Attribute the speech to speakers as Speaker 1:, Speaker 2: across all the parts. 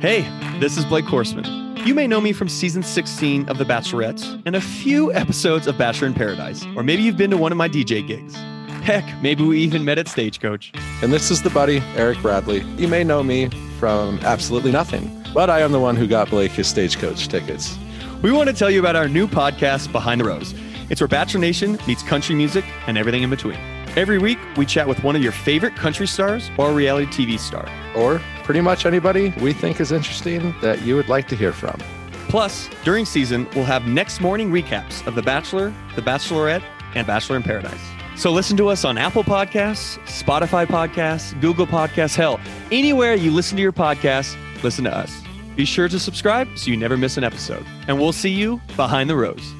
Speaker 1: Hey, this is Blake Horseman. You may know me from season 16 of The Bachelorette and a few episodes of Bachelor in Paradise, or maybe you've been to one of my DJ gigs. Heck, maybe we even met at Stagecoach.
Speaker 2: And this is the buddy, Eric Bradley. You may know me from absolutely nothing, but I am the one who got Blake his stagecoach tickets.
Speaker 1: We want to tell you about our new podcast, Behind the Rose. It's where Bachelor Nation meets country music and everything in between. Every week, we chat with one of your favorite country stars or reality TV star.
Speaker 2: Or pretty much anybody we think is interesting that you would like to hear from.
Speaker 1: Plus, during season, we'll have next morning recaps of The Bachelor, The Bachelorette, and Bachelor in Paradise. So listen to us on Apple Podcasts, Spotify Podcasts, Google Podcasts, hell, anywhere you listen to your podcasts, listen to us. Be sure to subscribe so you never miss an episode. And we'll see you behind the rose.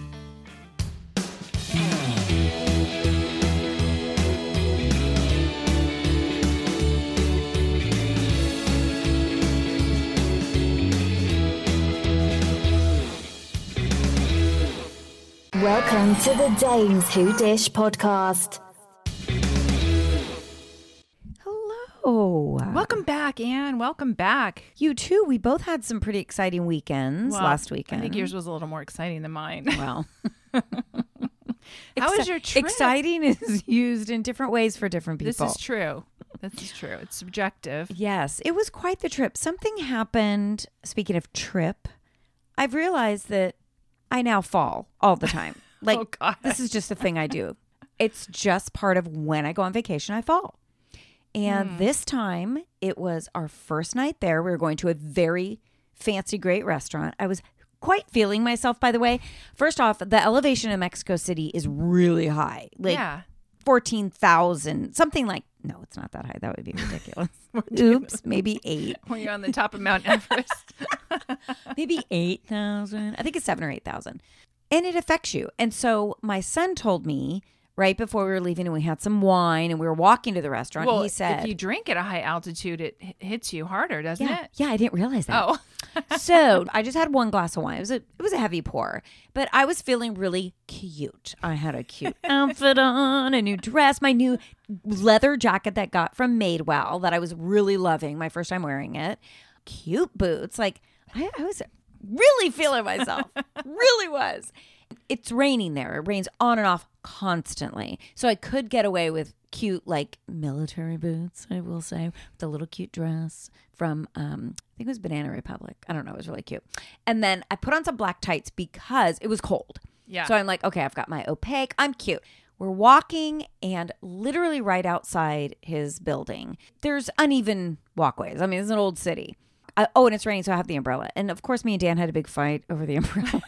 Speaker 3: Welcome to the Dames Who Dish podcast.
Speaker 4: Hello.
Speaker 5: Welcome back, Anne. Welcome back.
Speaker 4: You too. We both had some pretty exciting weekends
Speaker 5: Well,
Speaker 4: last weekend.
Speaker 5: I think yours was a little more exciting than mine.
Speaker 4: well.
Speaker 5: How was
Speaker 4: Exci-
Speaker 5: your trip?
Speaker 4: Exciting is used in different ways for different people.
Speaker 5: This is true. This is true. It's subjective.
Speaker 4: Yes, it was quite the trip. Something happened. Speaking of trip, I've realized that I now fall all the time. Like
Speaker 5: Oh, God.
Speaker 4: this is just a thing I do. It's just part of when I go on vacation, I fall.
Speaker 5: Hmm.
Speaker 4: And this time it was our first night there. We were going to a very fancy, great restaurant. I was quite feeling myself, by the way. First off, the elevation in Mexico City is really high. Like
Speaker 5: yeah.
Speaker 4: 14,000, something like, no, it's not that high. That would be ridiculous. Oops, maybe eight.
Speaker 5: When you're on the top of Mount Everest.
Speaker 4: Maybe 8,000. I think it's seven or 8,000. And it affects you. And so my son told me right before we were leaving and we had some wine and we were walking to the restaurant.
Speaker 5: well,
Speaker 4: he said,
Speaker 5: if you drink at a high altitude, it h- hits you harder, doesn't
Speaker 4: yeah,
Speaker 5: it?
Speaker 4: yeah, I didn't realize that.
Speaker 5: Oh,
Speaker 4: so I just had one glass of wine. It was a it was a heavy pour, but I was feeling really cute. I had a cute outfit on, a new dress, my new leather jacket that I got from Madewell that I was really loving. My first time wearing it, cute boots. Like I, I was really feeling myself, really was. It's raining there. It rains on and off constantly, so I could get away with cute like military boots. I will say with a little cute dress from um, I think it was Banana Republic. I don't know. It was really cute. And then I put on some black tights because it was cold.
Speaker 5: Yeah.
Speaker 4: So I'm like, okay, I've got my opaque. I'm cute. We're walking and literally right outside his building, there's uneven walkways. I mean, it's an old city. I, oh, and it's raining, so I have the umbrella. And of course, me and Dan had a big fight over the umbrella.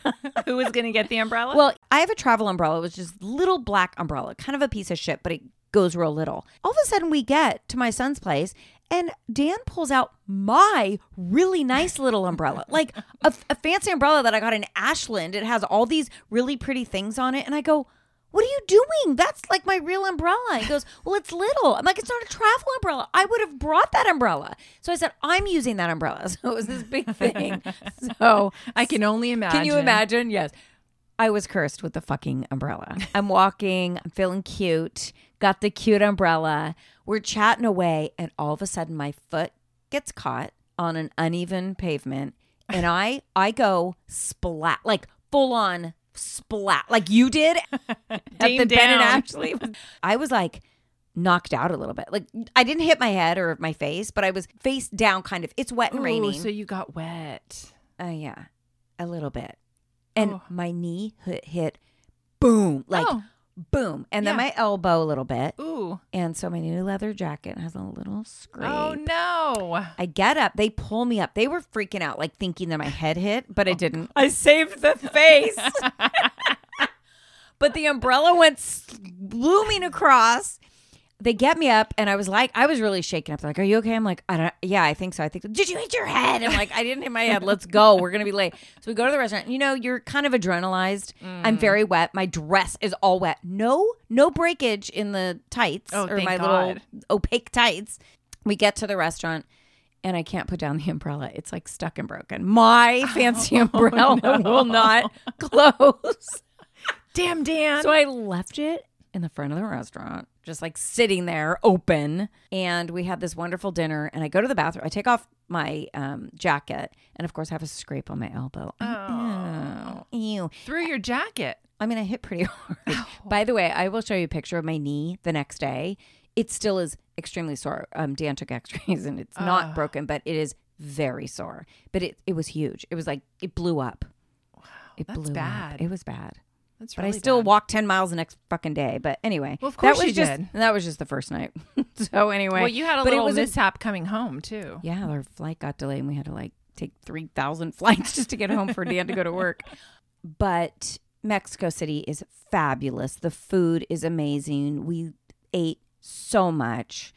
Speaker 5: who was going to get the umbrella?
Speaker 4: Well, I have a travel umbrella, which is little black umbrella, kind of a piece of shit, but it goes real little. All of a sudden, we get to my son's place, and Dan pulls out my really nice little umbrella, like a, a fancy umbrella that I got in Ashland. It has all these really pretty things on it, and I go. What are you doing? That's like my real umbrella. He goes, Well, it's little. I'm like, It's not a travel umbrella. I would have brought that umbrella. So I said, I'm using that umbrella. So it was this big thing. So
Speaker 5: I can only imagine.
Speaker 4: can you imagine? Yes. I was cursed with the fucking umbrella. I'm walking, I'm feeling cute, got the cute umbrella. We're chatting away, and all of a sudden my foot gets caught on an uneven pavement and I I go splat, like full on splat, like you did at
Speaker 5: Dame
Speaker 4: the Ben and
Speaker 5: down.
Speaker 4: Ashley. I was like knocked out a little bit. Like I didn't hit my head or my face, but I was face down kind of. It's wet and
Speaker 5: Ooh,
Speaker 4: raining.
Speaker 5: So you got wet.
Speaker 4: Uh, yeah, a little bit. And
Speaker 5: Oh.
Speaker 4: my knee hit, hit boom, like
Speaker 5: Oh.
Speaker 4: boom. And then
Speaker 5: Yeah.
Speaker 4: my elbow a little bit.
Speaker 5: Ooh.
Speaker 4: And so my new leather jacket has a little scrape.
Speaker 5: Oh, no.
Speaker 4: I get up. They pull me up. They were freaking out, like thinking that my head hit,
Speaker 5: Oh.
Speaker 4: but I didn't. I saved the face. but the umbrella went s- looming across. They get me up, and I was like, I was really shaken up. They're like, "Are you okay?" I'm like, "I don't. Yeah, I think so. I think. Did you hit your head?" I'm like, "I didn't hit my head. Let's go. We're gonna be late." So we go to the restaurant. You know, you're kind of adrenalized.
Speaker 5: Mm.
Speaker 4: I'm very wet. My dress is all wet. No, no breakage in the tights
Speaker 5: Oh,
Speaker 4: or
Speaker 5: thank
Speaker 4: my little
Speaker 5: God.
Speaker 4: opaque tights. We get to the restaurant and I can't put down the umbrella. It's like stuck and broken. My fancy
Speaker 5: Oh,
Speaker 4: umbrella will not close.
Speaker 5: Damn, Dan.
Speaker 4: So I left it in the front of the restaurant, just like sitting there open. And we had this wonderful dinner. And I go to the bathroom. I take off my um, jacket. And of course, I have a scrape on my elbow. Oh. Ew.
Speaker 5: Through your jacket.
Speaker 4: I mean, I hit pretty hard. By the way, I will show you a picture of my knee the next day. It still is extremely sore. Um, Dan took X-rays and it's not broken, but it is very sore. But it, it was huge. It was like it blew up. It
Speaker 5: that's
Speaker 4: blew up.
Speaker 5: bad.
Speaker 4: It was bad.
Speaker 5: That's
Speaker 4: But
Speaker 5: really
Speaker 4: I still
Speaker 5: bad.
Speaker 4: walked ten miles the next fucking day. But anyway,
Speaker 5: Well, of
Speaker 4: that
Speaker 5: course
Speaker 4: was
Speaker 5: you
Speaker 4: just
Speaker 5: did.
Speaker 4: that was just the first night. so anyway,
Speaker 5: Well, you had a
Speaker 4: but
Speaker 5: little
Speaker 4: it was a-
Speaker 5: mishap coming home too.
Speaker 4: yeah, our flight got delayed and we had to like take 3,000 flights just to get home for Dan to go to work. But Mexico City is fabulous. The food is amazing. We ate so much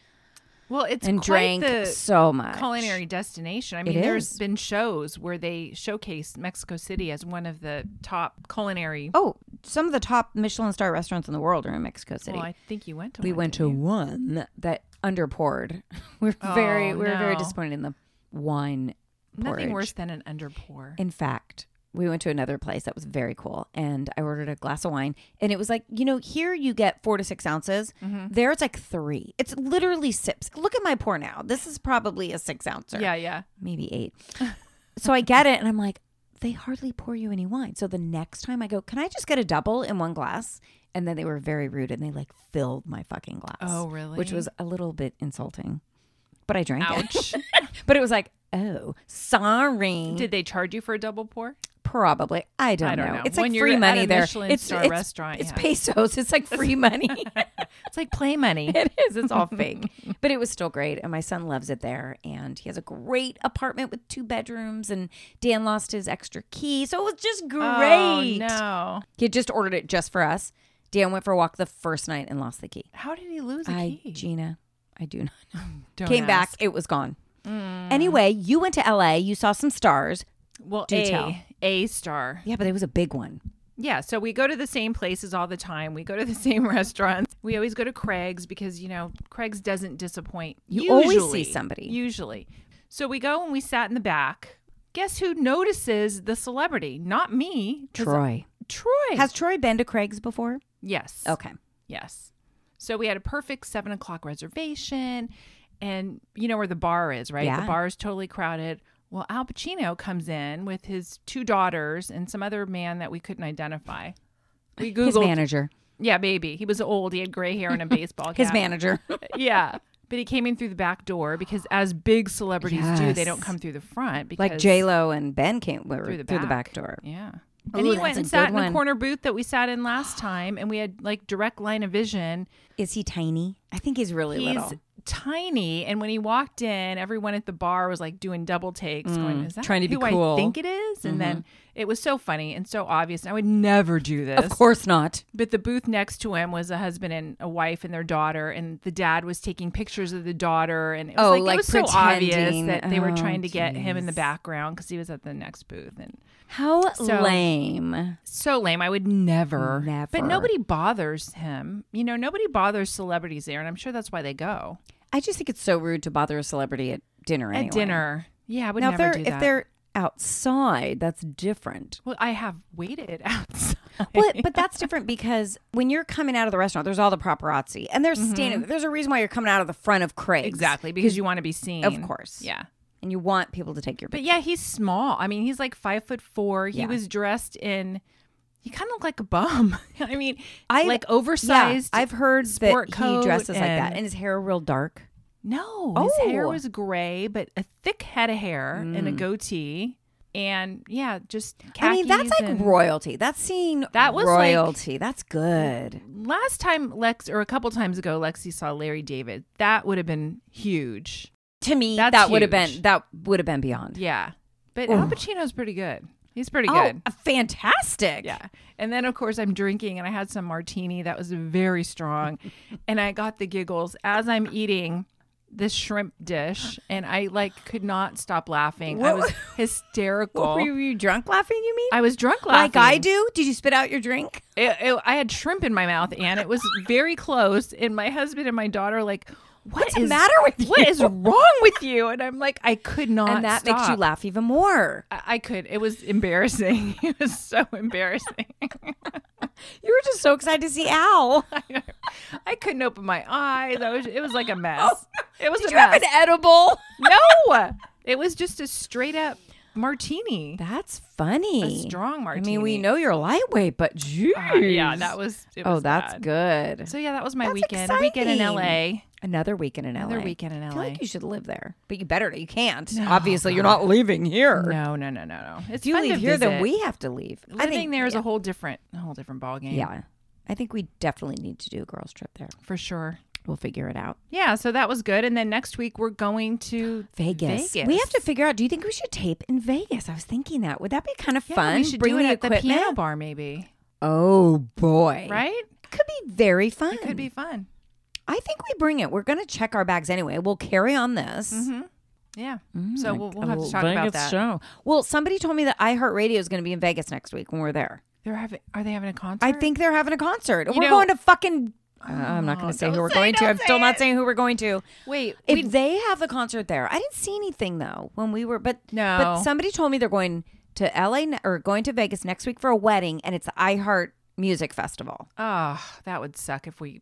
Speaker 5: Well, it's
Speaker 4: and
Speaker 5: quite
Speaker 4: drank
Speaker 5: the
Speaker 4: so much.
Speaker 5: culinary destination. I
Speaker 4: It
Speaker 5: mean, there's
Speaker 4: is.
Speaker 5: been shows where they showcase Mexico City as one of the top culinary.
Speaker 4: Oh, some of the top Michelin star restaurants in the world are in Mexico City.
Speaker 5: Well, I think you went to.
Speaker 4: we
Speaker 5: one,
Speaker 4: went to
Speaker 5: didn't you?
Speaker 4: one that underpoured. We're very
Speaker 5: Oh,
Speaker 4: we were very
Speaker 5: no.
Speaker 4: disappointed in the wine.
Speaker 5: nothing
Speaker 4: porridge.
Speaker 5: worse than an underpour.
Speaker 4: In fact, we went to another place that was very cool, and I ordered a glass of wine, and it was like, you know, here you get four to six ounces.
Speaker 5: Mm-hmm.
Speaker 4: There it's like three. It's literally sips. Look at my pour now. This is probably a six ouncer.
Speaker 5: yeah, yeah.
Speaker 4: maybe eight. so I get it, and I'm like, they hardly pour you any wine. So the next time I go, can I just get a double in one glass? And then they were very rude, and they like filled my fucking glass.
Speaker 5: Oh, really?
Speaker 4: Which was a little bit insulting, but I drank
Speaker 5: Ouch.
Speaker 4: it. but it was like, oh, sorry.
Speaker 5: Did they charge you for a double pour?
Speaker 4: Probably. I don't,
Speaker 5: I don't
Speaker 4: know.
Speaker 5: know.
Speaker 4: It's
Speaker 5: When
Speaker 4: like
Speaker 5: you're
Speaker 4: free
Speaker 5: at
Speaker 4: money
Speaker 5: a
Speaker 4: there.
Speaker 5: Michelin
Speaker 4: it's
Speaker 5: star
Speaker 4: it's-
Speaker 5: restaurant,
Speaker 4: It's
Speaker 5: yeah.
Speaker 4: pesos. It's like free money.
Speaker 5: It's like play money.
Speaker 4: it is. It's all fake. But it was still great. And my son loves it there. And he has a great apartment with two bedrooms. And Dan lost his extra key. So it was just great.
Speaker 5: Oh, no.
Speaker 4: He had just ordered it just for us. Dan went for a walk the first night and lost the key.
Speaker 5: How did he lose a
Speaker 4: I,
Speaker 5: key?
Speaker 4: Gina, I do not know.
Speaker 5: Don't
Speaker 4: Came back.
Speaker 5: ask.
Speaker 4: It was gone. Anyway, you went to LA. You saw some stars.
Speaker 5: Well,
Speaker 4: Do
Speaker 5: a
Speaker 4: tell.
Speaker 5: a star.
Speaker 4: Yeah, but it was a big one.
Speaker 5: Yeah, so we go to the same places all the time. We go to the same restaurants. We always go to Craig's because, you know, Craig's doesn't disappoint.
Speaker 4: You always see
Speaker 5: usually.
Speaker 4: somebody.
Speaker 5: Usually. So we go and we sat in the back. Guess who notices the celebrity? Not me. 'cause-
Speaker 4: Troy.
Speaker 5: Troy.
Speaker 4: Has Troy been to Craig's before?
Speaker 5: yes.
Speaker 4: Okay.
Speaker 5: Yes. So we had a perfect seven o'clock reservation, and you know where the bar is, right?
Speaker 4: Yeah.
Speaker 5: The bar is totally crowded. Well, Al Pacino comes in with his two daughters and some other man that we couldn't identify. We googled,
Speaker 4: His manager.
Speaker 5: yeah, baby. He was old. He had gray hair and a baseball cap.
Speaker 4: His manager.
Speaker 5: yeah. But he came in through the back door because, as big celebrities do, they
Speaker 4: Yes.
Speaker 5: don't come through the front. Because
Speaker 4: like J Lo and Ben came were through the, back door.
Speaker 5: yeah.
Speaker 4: Ooh,
Speaker 5: and he
Speaker 4: that's
Speaker 5: went
Speaker 4: a
Speaker 5: and sat
Speaker 4: good
Speaker 5: in
Speaker 4: one.
Speaker 5: the corner booth that we sat in last time, and we had like direct line of vision.
Speaker 4: Is he tiny? I think he's really
Speaker 5: He's
Speaker 4: little.
Speaker 5: tiny, and when he walked in, everyone at the bar was like doing double takes, going, "Is that
Speaker 4: Mm, trying to be
Speaker 5: who
Speaker 4: cool." Mm-hmm.
Speaker 5: I think it is?" And then it was so funny and so obvious. And I would never do this,
Speaker 4: Of course not.
Speaker 5: But the booth next to him was a husband and a wife and their daughter, and the dad was taking pictures of the daughter, and it was
Speaker 4: Oh,
Speaker 5: like,
Speaker 4: like
Speaker 5: it was so obvious
Speaker 4: pretending.
Speaker 5: that they were
Speaker 4: Oh,
Speaker 5: trying to get him in the
Speaker 4: geez.
Speaker 5: background because he was at the next booth, and
Speaker 4: How
Speaker 5: So-
Speaker 4: lame.
Speaker 5: so lame. I would never,
Speaker 4: Never.
Speaker 5: But nobody bothers him. You know, nobody bothers celebrities there, and I'm sure that's why they go
Speaker 4: I just think it's so rude to bother a celebrity at dinner.
Speaker 5: at
Speaker 4: anyway.
Speaker 5: dinner. Yeah, I would
Speaker 4: Now if
Speaker 5: never
Speaker 4: they're
Speaker 5: do that.
Speaker 4: if they're outside, that's different.
Speaker 5: well, I have waited outside.
Speaker 4: Well, but that's different because when you're coming out of the restaurant, there's all the paparazzi and they're standing. There's a reason why you're coming out of the front of Craig's.
Speaker 5: Mm-hmm. exactly because you want to be seen,
Speaker 4: Of course.
Speaker 5: Yeah,
Speaker 4: And you want people to take your
Speaker 5: but
Speaker 4: picture.
Speaker 5: yeah, he's small. I mean, he's like five foot four. He
Speaker 4: Yeah.
Speaker 5: was dressed in. He kind of looked like a bum. I mean,
Speaker 4: I
Speaker 5: like
Speaker 4: Yeah,
Speaker 5: oversized.
Speaker 4: I've heard
Speaker 5: sport
Speaker 4: that he
Speaker 5: coat
Speaker 4: dresses like that,
Speaker 5: and-
Speaker 4: and his hair real dark.
Speaker 5: No, his hair
Speaker 4: Oh.
Speaker 5: was gray, but a thick head of hair and a goatee, and yeah, just.
Speaker 4: Mm. I mean, that's
Speaker 5: khakis
Speaker 4: like
Speaker 5: and-
Speaker 4: royalty. That's seen.
Speaker 5: That was like-
Speaker 4: royalty. that's good.
Speaker 5: last time Lex or a couple times ago Lexi saw Larry David. That would have been huge.
Speaker 4: To me,
Speaker 5: That's
Speaker 4: that would have
Speaker 5: huge.
Speaker 4: been that would have been beyond.
Speaker 5: Yeah. But Al Pacino's pretty good. He's pretty
Speaker 4: oh,
Speaker 5: good.
Speaker 4: fantastic.
Speaker 5: Yeah. And then of course I'm drinking and I had some martini that was very strong and I got the giggles as I'm eating this shrimp dish and I like could not stop laughing. I
Speaker 4: What-
Speaker 5: was hysterical.
Speaker 4: Were you, were you drunk laughing? You mean
Speaker 5: I was drunk laughing.
Speaker 4: like I do? Did you spit out your drink?
Speaker 5: It- it- I had shrimp in my mouth and it was very close and my husband and my daughter like what
Speaker 4: What's the
Speaker 5: is-
Speaker 4: matter with
Speaker 5: What
Speaker 4: you?
Speaker 5: is wrong with you? And I'm like, I could not.
Speaker 4: and that makes you
Speaker 5: stop.
Speaker 4: laugh even more.
Speaker 5: I I could. It was embarrassing. It was so embarrassing.
Speaker 4: You were just so excited to see Al.
Speaker 5: I couldn't open my eyes. I was, it was like a mess. It was
Speaker 4: Oh, Did
Speaker 5: a
Speaker 4: you have
Speaker 5: mess.
Speaker 4: an edible?
Speaker 5: no, it was just a straight up martini.
Speaker 4: That's funny.
Speaker 5: A strong
Speaker 4: I mean, we
Speaker 5: martini.
Speaker 4: know you're lightweight, but jeez.
Speaker 5: Uh, yeah, that was. It
Speaker 4: oh,
Speaker 5: was
Speaker 4: that's
Speaker 5: bad.
Speaker 4: good.
Speaker 5: So yeah, that was my
Speaker 4: That's
Speaker 5: weekend. A Weekend in
Speaker 4: exciting.
Speaker 5: LA.
Speaker 4: Another weekend in LA.
Speaker 5: Another weekend in
Speaker 4: I
Speaker 5: LA.
Speaker 4: feel like you should live there, but you better. You can't. Obviously, you're not leaving here.
Speaker 5: No, no, no, no, no. It's
Speaker 4: If you
Speaker 5: fun
Speaker 4: leave
Speaker 5: to
Speaker 4: here, then
Speaker 5: visit.
Speaker 4: we have to leave.
Speaker 5: Living there is
Speaker 4: yeah.
Speaker 5: a whole different, a whole different ballgame.
Speaker 4: Yeah. I think we definitely need to do a girls' trip there.
Speaker 5: for sure.
Speaker 4: We'll figure it out.
Speaker 5: Yeah, so that was good. And then next week we're going to
Speaker 4: Vegas.
Speaker 5: Vegas.
Speaker 4: We have to figure out. Do you think we should tape in Vegas? I was thinking that. Would that be kind of
Speaker 5: Yeah,
Speaker 4: fun?
Speaker 5: We should
Speaker 4: Bring
Speaker 5: do it
Speaker 4: the
Speaker 5: at the
Speaker 4: equipment.
Speaker 5: piano bar, maybe.
Speaker 4: Oh boy!
Speaker 5: Right?
Speaker 4: Could be very fun.
Speaker 5: Could be fun.
Speaker 4: I think we bring it. We're going to check our bags anyway. We'll carry on this.
Speaker 5: Yeah. so Mm-hmm. we'll, we'll have
Speaker 4: Oh,
Speaker 5: to talk
Speaker 4: Vegas
Speaker 5: about that.
Speaker 4: Show. Well, somebody told me that iHeartRadio is going to be in Vegas next week when we're there.
Speaker 5: They're having. Are they having a concert?
Speaker 4: I think they're having a concert. we're
Speaker 5: know-
Speaker 4: going to fucking. Uh, I'm not going to say who
Speaker 5: don't
Speaker 4: we're
Speaker 5: say-
Speaker 4: going to.
Speaker 5: don't
Speaker 4: I'm still
Speaker 5: say
Speaker 4: not
Speaker 5: it.
Speaker 4: saying who we're going to.
Speaker 5: Wait.
Speaker 4: If
Speaker 5: we-
Speaker 4: they have a concert there, I didn't see anything though when we were. But but
Speaker 5: No.
Speaker 4: somebody told me they're going to LA ne- or going to Vegas next week for a wedding, and it's the iHeart Music Festival.
Speaker 5: oh, that would suck if we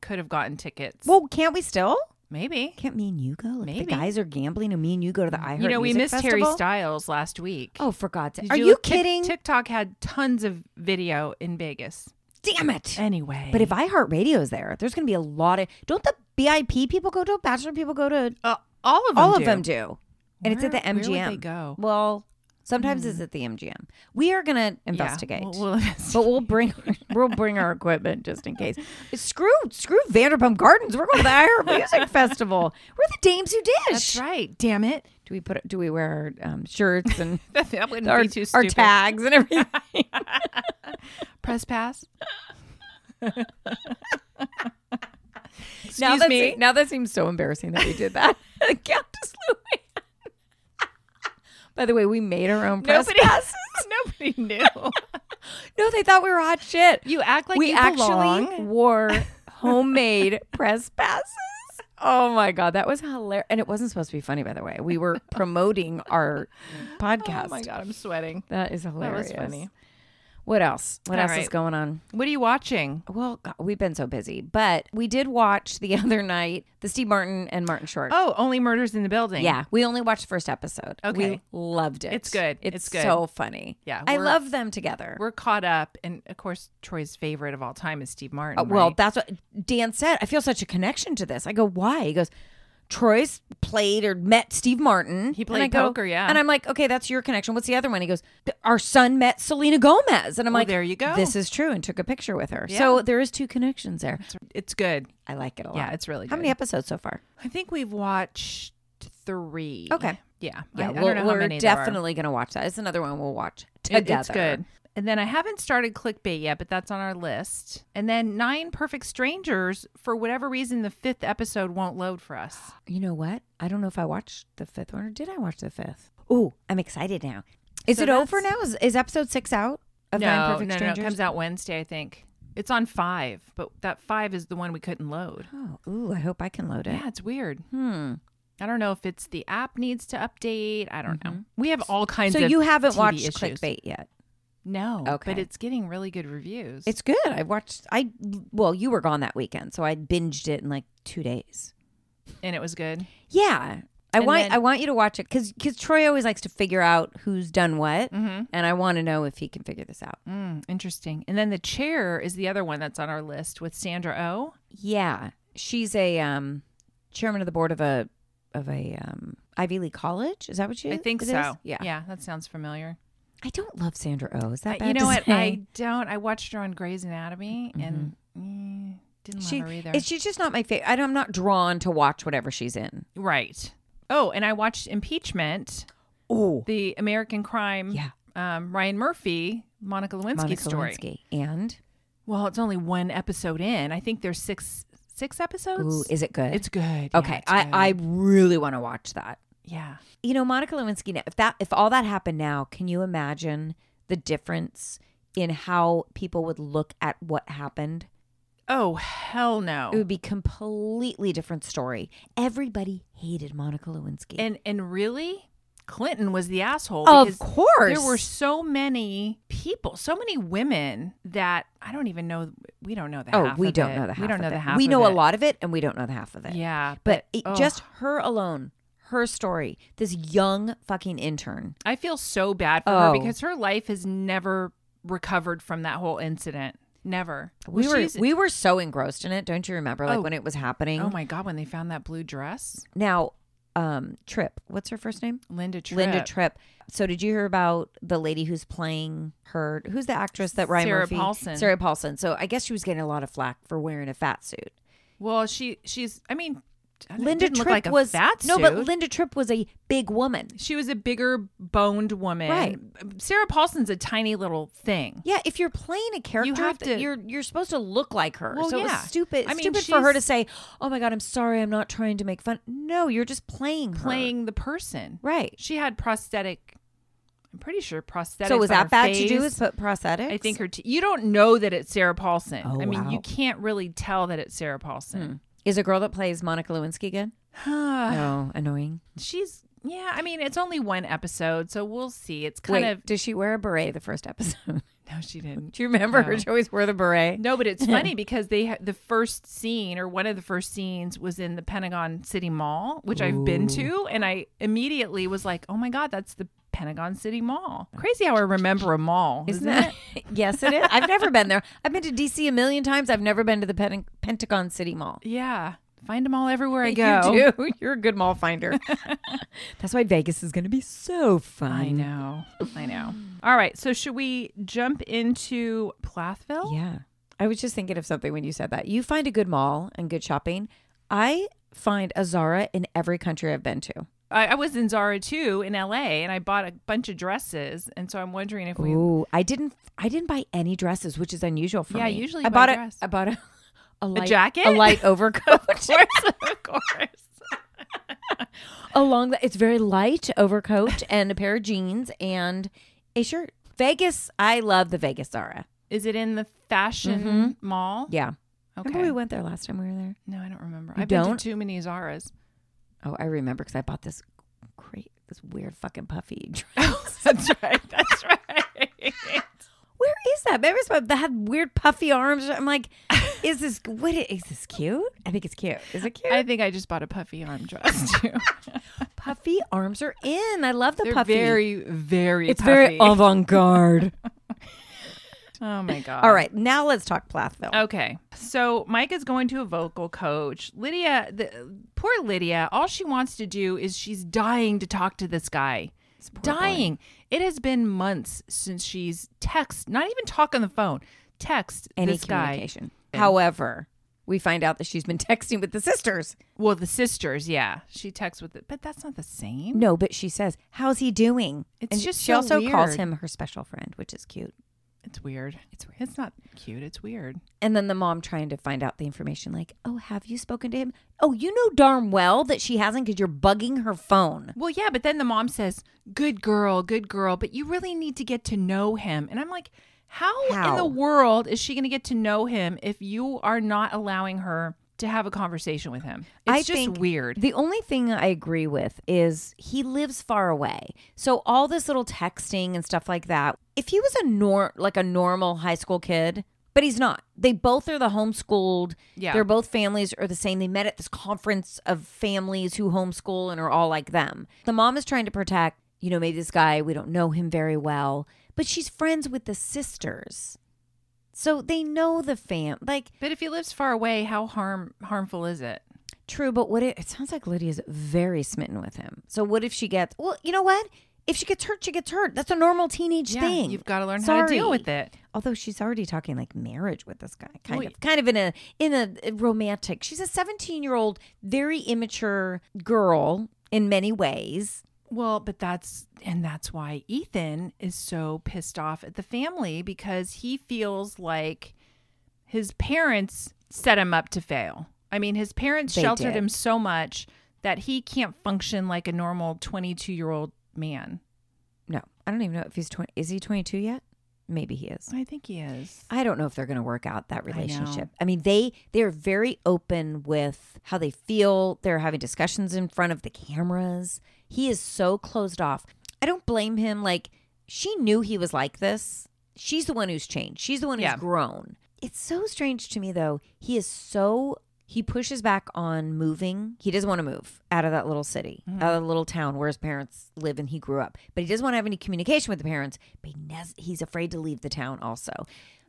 Speaker 5: could have gotten tickets.
Speaker 4: Well, can't we still?
Speaker 5: maybe.
Speaker 4: Can't me and you go? Like,
Speaker 5: Maybe.
Speaker 4: the guys are gambling, and me and you go to the iHeart.
Speaker 5: You know, we
Speaker 4: Music
Speaker 5: missed Harry
Speaker 4: Festival?
Speaker 5: Styles last week.
Speaker 4: Oh, for God's sake!
Speaker 5: Did
Speaker 4: Are
Speaker 5: look-
Speaker 4: you
Speaker 5: Tik-
Speaker 4: kidding?
Speaker 5: TikTok had tons of video in Vegas.
Speaker 4: Damn it!
Speaker 5: Anyway,
Speaker 4: But if iHeartRadio is there, there's going to be a lot of. Don't the BIP people go to? Bachelor people go to?
Speaker 5: uh, all of them
Speaker 4: all
Speaker 5: do.
Speaker 4: of them do. And it's at the
Speaker 5: Where- where would
Speaker 4: MGM.
Speaker 5: they go? Hmm.
Speaker 4: Well, sometimes it's at the MGM. We are going to
Speaker 5: Yeah,
Speaker 4: investigate.
Speaker 5: we'll- we'll investigate.
Speaker 4: but we'll bring we'll bring our equipment just in case. Screw screw Vanderpump Gardens. We're going to the iHeart Music Festival. We're the dames who dish.
Speaker 5: That's right. Damn it.
Speaker 4: Do we put do we wear our um, shirts and
Speaker 5: that wouldn't
Speaker 4: our,
Speaker 5: be too
Speaker 4: our
Speaker 5: stupid.
Speaker 4: tags and everything?
Speaker 5: Press pass.
Speaker 4: now
Speaker 5: Excuse
Speaker 4: that
Speaker 5: me.
Speaker 4: se- now that seems so embarrassing that we did that. Countess Louis. By the way, we made our own press
Speaker 5: Nobody-
Speaker 4: passes.
Speaker 5: Nobody knew.
Speaker 4: No, they thought we were hot shit.
Speaker 5: You act like
Speaker 4: we
Speaker 5: you
Speaker 4: actually
Speaker 5: belong. Oh
Speaker 4: wore homemade press passes. Oh my god, that was hilarious, and it wasn't supposed to be funny, by the way. We were promoting our podcast.
Speaker 5: Oh my god, I'm sweating.
Speaker 4: that is hilarious.
Speaker 5: was funny.
Speaker 4: What else? What
Speaker 5: All
Speaker 4: else is
Speaker 5: right.
Speaker 4: going on?
Speaker 5: What are you watching?
Speaker 4: Well, God, we've been so busy, but we did watch the other night the Steve Martin and Martin Short.
Speaker 5: Oh, only murders in the building.
Speaker 4: Yeah, we only watched the first episode. we
Speaker 5: Okay.
Speaker 4: loved it.
Speaker 5: It's good.
Speaker 4: It's,
Speaker 5: It's good.
Speaker 4: so funny.
Speaker 5: Yeah,
Speaker 4: I
Speaker 5: we're-
Speaker 4: love them together.
Speaker 5: We're caught up and of course Troy's favorite of all time is Steve Martin.
Speaker 4: Uh, Well,
Speaker 5: right?
Speaker 4: that's what Dan said. I feel such a connection to this. I go, why? He goes, Troy's played or met Steve Martin.
Speaker 5: He
Speaker 4: And
Speaker 5: played
Speaker 4: I go-
Speaker 5: poker, yeah.
Speaker 4: And I'm like, okay, that's your connection. What's the other one? He goes, "Th- our son met Selena Gomez. And I'm
Speaker 5: Well,
Speaker 4: like,
Speaker 5: Oh, there you go.
Speaker 4: This is true. And took a picture with her. So there is two connections there.
Speaker 5: it's good.
Speaker 4: I like it a lot.
Speaker 5: Yeah, it's really good.
Speaker 4: How many episodes so far?
Speaker 5: I think we've watched three.
Speaker 4: Okay.
Speaker 5: Yeah.
Speaker 4: Yeah,
Speaker 5: I, I
Speaker 4: we'll-
Speaker 5: don't know
Speaker 4: we're
Speaker 5: how many there are.
Speaker 4: definitely going to watch that. It's another one we'll watch
Speaker 5: It-
Speaker 4: together.
Speaker 5: It's good. And then I haven't started clickbait yet, but that's on our list. And then Nine Perfect Strangers, for whatever reason, the fifth episode won't load for us.
Speaker 4: You know what? I don't know if I watched the fifth one or did I watch the fifth? Ooh, I'm excited now. Is
Speaker 5: So
Speaker 4: it over
Speaker 5: that's-
Speaker 4: now? Is, is episode six out of Nine Perfect Strangers?
Speaker 5: it comes out Wednesday, I think. It's on five, but that five is the one we couldn't load.
Speaker 4: Oh, ooh, I hope I can load it.
Speaker 5: Yeah, it's weird. Hmm. I don't know if it's the app needs to update. I don't know. We have all kinds
Speaker 4: Mm-hmm. So
Speaker 5: of
Speaker 4: you haven't
Speaker 5: TV
Speaker 4: watched
Speaker 5: issues.
Speaker 4: clickbait yet.
Speaker 5: No.
Speaker 4: Okay.
Speaker 5: But it's getting really good reviews.
Speaker 4: It's good. I watched I well, you were gone that weekend, so I binged it in like 2 days.
Speaker 5: and it was good.
Speaker 4: Yeah. I
Speaker 5: And
Speaker 4: want
Speaker 5: then-
Speaker 4: I want you to watch it cuz cuz Troy always likes to figure out who's done what,
Speaker 5: Mm-hmm.
Speaker 4: and I want to know if he can figure this out.
Speaker 5: Mm, interesting. And then the chair is the other one that's on our list with Sandra Oh? O.
Speaker 4: Yeah. She's a um chairman of the board of a of a um Ivy League college. Is that what you
Speaker 5: I think
Speaker 4: it is?
Speaker 5: so.
Speaker 4: Yeah.
Speaker 5: Yeah, that sounds familiar.
Speaker 4: I don't love Sandra Oh. Is
Speaker 5: Uh,
Speaker 4: that bad
Speaker 5: you
Speaker 4: to
Speaker 5: know what?
Speaker 4: say? Mm-hmm.
Speaker 5: I don't. I watched her on Grey's Anatomy and mm, didn't
Speaker 4: she,
Speaker 5: love her either.
Speaker 4: is she's just not my favorite. I'm not drawn to watch whatever she's in.
Speaker 5: right. Oh, and I watched Impeachment,
Speaker 4: Oh,
Speaker 5: the American crime.
Speaker 4: Yeah.
Speaker 5: Um, Ryan Murphy, Monica Lewinsky story.
Speaker 4: And
Speaker 5: Well, it's only one episode in. I think there's six six episodes.
Speaker 4: ooh, is it good?
Speaker 5: It's good. Yeah,
Speaker 4: okay.
Speaker 5: it's good.
Speaker 4: I I really want to watch that.
Speaker 5: yeah.
Speaker 4: You know, Monica Lewinsky. now- If that if all that happened now, can you imagine the difference in how people would look at what happened?
Speaker 5: Oh hell no.
Speaker 4: It would be completely different story. Everybody hated Monica Lewinsky.
Speaker 5: And and really, Clinton was the asshole.
Speaker 4: Of
Speaker 5: because
Speaker 4: course.
Speaker 5: There were so many people, so many women that I don't even know. We don't know the
Speaker 4: Oh,
Speaker 5: half
Speaker 4: we
Speaker 5: of
Speaker 4: don't
Speaker 5: it.
Speaker 4: know the half.
Speaker 5: We don't
Speaker 4: of
Speaker 5: know
Speaker 4: it.
Speaker 5: the half.
Speaker 4: We
Speaker 5: of
Speaker 4: know a
Speaker 5: it.
Speaker 4: lot of it, and we don't know the half of it.
Speaker 5: Yeah. oh.
Speaker 4: but, it,
Speaker 5: ugh.
Speaker 4: just her alone, her story, this young fucking intern.
Speaker 5: I feel so bad for
Speaker 4: Oh.
Speaker 5: her because her life has never recovered from that whole incident. Never.
Speaker 4: We
Speaker 5: Well,
Speaker 4: were
Speaker 5: she's-
Speaker 4: we were so engrossed in it. Don't you remember, like when it was happening?
Speaker 5: oh my god, when they found that blue dress,
Speaker 4: Now, um, Trip. What's her first name?
Speaker 5: Linda Tripp.
Speaker 4: Linda Tripp. So, did you hear about the lady who's playing her? Who's the actress that Ryan
Speaker 5: Sarah
Speaker 4: Murphy?
Speaker 5: Paulson.
Speaker 4: Sarah Paulson. So, I guess she was getting a lot of flack for wearing a fat suit.
Speaker 5: Well, she she's. I mean, I don't- it
Speaker 4: Linda
Speaker 5: didn't
Speaker 4: Tripp
Speaker 5: look like a
Speaker 4: was
Speaker 5: fat
Speaker 4: no, but
Speaker 5: suit.
Speaker 4: Linda Tripp was a big woman.
Speaker 5: She was a bigger boned woman.
Speaker 4: Right.
Speaker 5: Sarah Paulson's a tiny little thing.
Speaker 4: Yeah, if you're playing a character, you
Speaker 5: have to-
Speaker 4: you're you're supposed to look like her.
Speaker 5: Well,
Speaker 4: so it was
Speaker 5: yeah.
Speaker 4: stupid.
Speaker 5: I mean,
Speaker 4: stupid for her to
Speaker 5: she's-
Speaker 4: say, "Oh my god, I'm sorry, I'm not trying to make fun." No, you're just playing her.
Speaker 5: Playing the person.
Speaker 4: right.
Speaker 5: She had prosthetic. I'm pretty sure prosthetic.
Speaker 4: So was that bad to do? Is
Speaker 5: Is
Speaker 4: put prosthetics?
Speaker 5: I think her. T- you don't know that it's Sarah Paulson.
Speaker 4: Oh,
Speaker 5: I mean, you
Speaker 4: wow. Hmm.
Speaker 5: can't really tell that it's Sarah Paulson.
Speaker 4: is a girl that plays Monica Lewinsky good. no, annoying.
Speaker 5: She's yeah. I mean, it's only one episode, so we'll see. It's kind
Speaker 4: Wait,
Speaker 5: of
Speaker 4: did she wear a beret the first episode?
Speaker 5: no. She didn't.
Speaker 4: do you remember her?
Speaker 5: No.
Speaker 4: She always wore the beret.
Speaker 5: No, but it's funny because they ha- the first scene or one of the first scenes was in the Pentagon City Mall, which I've been to, and I immediately was like, "Oh my god, that's the Pentagon City Mall." Crazy how I remember a mall, isn't, it?
Speaker 4: yes, it is. I've never been there. I've been to DC a million times. I've never been to the Pen- Pentagon City Mall.
Speaker 5: Yeah, find them all everywhere I
Speaker 4: You
Speaker 5: go.
Speaker 4: do. You're a good mall finder. That's why Vegas is going to be so fun.
Speaker 5: I know, I know. All right, so should we jump into Plathville?
Speaker 4: Yeah. I was just thinking of something when you said that. You find a good mall and good shopping. I find a Zara in every country I've been to.
Speaker 5: I, I was in Zara too in LA, and I bought a bunch of dresses, and so I'm wondering if we.
Speaker 4: Ooh, I didn't I didn't buy any dresses, which is unusual for
Speaker 5: Yeah,
Speaker 4: me.
Speaker 5: usually
Speaker 4: I
Speaker 5: you buy
Speaker 4: bought
Speaker 5: a
Speaker 4: a-
Speaker 5: dress.
Speaker 4: I bought a a, light,
Speaker 5: jacket?
Speaker 4: a light overcoat
Speaker 5: of course.
Speaker 4: along the it's very light overcoat and a pair of jeans and a shirt. Vegas, I love the Vegas Zara.
Speaker 5: Is it in the fashion mall?
Speaker 4: Mm-hmm. Yeah.
Speaker 5: Okay.
Speaker 4: Remember we went there last time we were there?
Speaker 5: No, I don't remember.
Speaker 4: You
Speaker 5: I've been
Speaker 4: don't?
Speaker 5: to too many Zara's.
Speaker 4: Oh, I remember because I bought this great this weird fucking puffy dress.
Speaker 5: That's right. That's right.
Speaker 4: where is that? Remember it's about- that had weird puffy arms. I'm like, is this what i- is this cute? I think it's cute. Is it cute?
Speaker 5: I think I just bought a puffy arm dress too.
Speaker 4: puffy arms are in. I love the
Speaker 5: They're
Speaker 4: puffy.
Speaker 5: very, very.
Speaker 4: it's very
Speaker 5: puffy.
Speaker 4: avant garde.
Speaker 5: Oh my god.
Speaker 4: All right, now let's talk Plathville.
Speaker 5: Okay. So Mike is going to a vocal coach. Lydia, the, poor Lydia, all she wants to do is she's dying to talk to this guy. Dying. It has been months since she's text, not even talk on the phone, text
Speaker 4: Any
Speaker 5: this guy.
Speaker 4: communication. However, we find out that she's been texting with the sisters.
Speaker 5: Well, the sisters, yeah. She texts with it, but that's not the same.
Speaker 4: No, but she says, "How's he doing?"
Speaker 5: It's
Speaker 4: and
Speaker 5: just
Speaker 4: she
Speaker 5: so
Speaker 4: also calls
Speaker 5: weird.
Speaker 4: him her special friend, which is cute.
Speaker 5: It's weird. It's weird. It's not cute. It's weird.
Speaker 4: And then the mom trying to find out the information, like, "Oh, have you spoken to him?" Oh, you know darn well that she hasn't, because you're bugging her phone.
Speaker 5: Well, yeah, but then the mom says, "Good girl, good girl," but you really need to get to know him. And I'm like, how,
Speaker 4: How?
Speaker 5: in the world is she going to get to know him if you are not allowing her to have a conversation with him? It's
Speaker 4: I
Speaker 5: just
Speaker 4: think
Speaker 5: weird.
Speaker 4: The only thing I agree with is he lives far away. So all this little texting and stuff like that. If he was a nor like a normal high school kid, but he's not. They both are the homeschooled.
Speaker 5: Yeah.
Speaker 4: They're both families are the same. They met at this conference of families who homeschool and are all like them. The mom is trying to protect, you know, maybe this guy, we don't know him very well, but she's friends with the sisters. So they know the fam. Like
Speaker 5: but if he lives far away, how harm harmful is it?
Speaker 4: True, but what it, it sounds like Lydia's very smitten with him. So what if she gets? Well, you know what? If she gets hurt, she gets hurt. That's a normal teenage
Speaker 5: Yeah,
Speaker 4: thing.
Speaker 5: you've gotta learn how to deal with it.
Speaker 4: Although she's already talking like marriage with this guy, kind
Speaker 5: Well,
Speaker 4: of, kind of in a in a romantic. She's a seventeen-year-old, very immature girl in many ways.
Speaker 5: Well, but that's and that's why Ethan is so pissed off at the family because he feels like his parents set him up to fail. I mean, his parents
Speaker 4: They
Speaker 5: sheltered
Speaker 4: did.
Speaker 5: him so much that he can't function like a normal 22-year-old man.
Speaker 4: No, I don't even know if he's twenty. Is he twenty-two yet? Maybe he is.
Speaker 5: I think he is.
Speaker 4: I don't know if they're going to work out that relationship. I, mean, they they're very open with how they feel. They're having discussions in front of the cameras. He is so closed off. I don't blame him like she knew he was like this. She's the one who's changed. She's the one who's
Speaker 5: Yeah.
Speaker 4: grown. It's so strange to me though. He is so he pushes back on moving. He doesn't want to move out of that little city, out of the little town where his parents live and he grew up. But he doesn't want to have any communication with the parents. But he nes- he's afraid to leave the town also.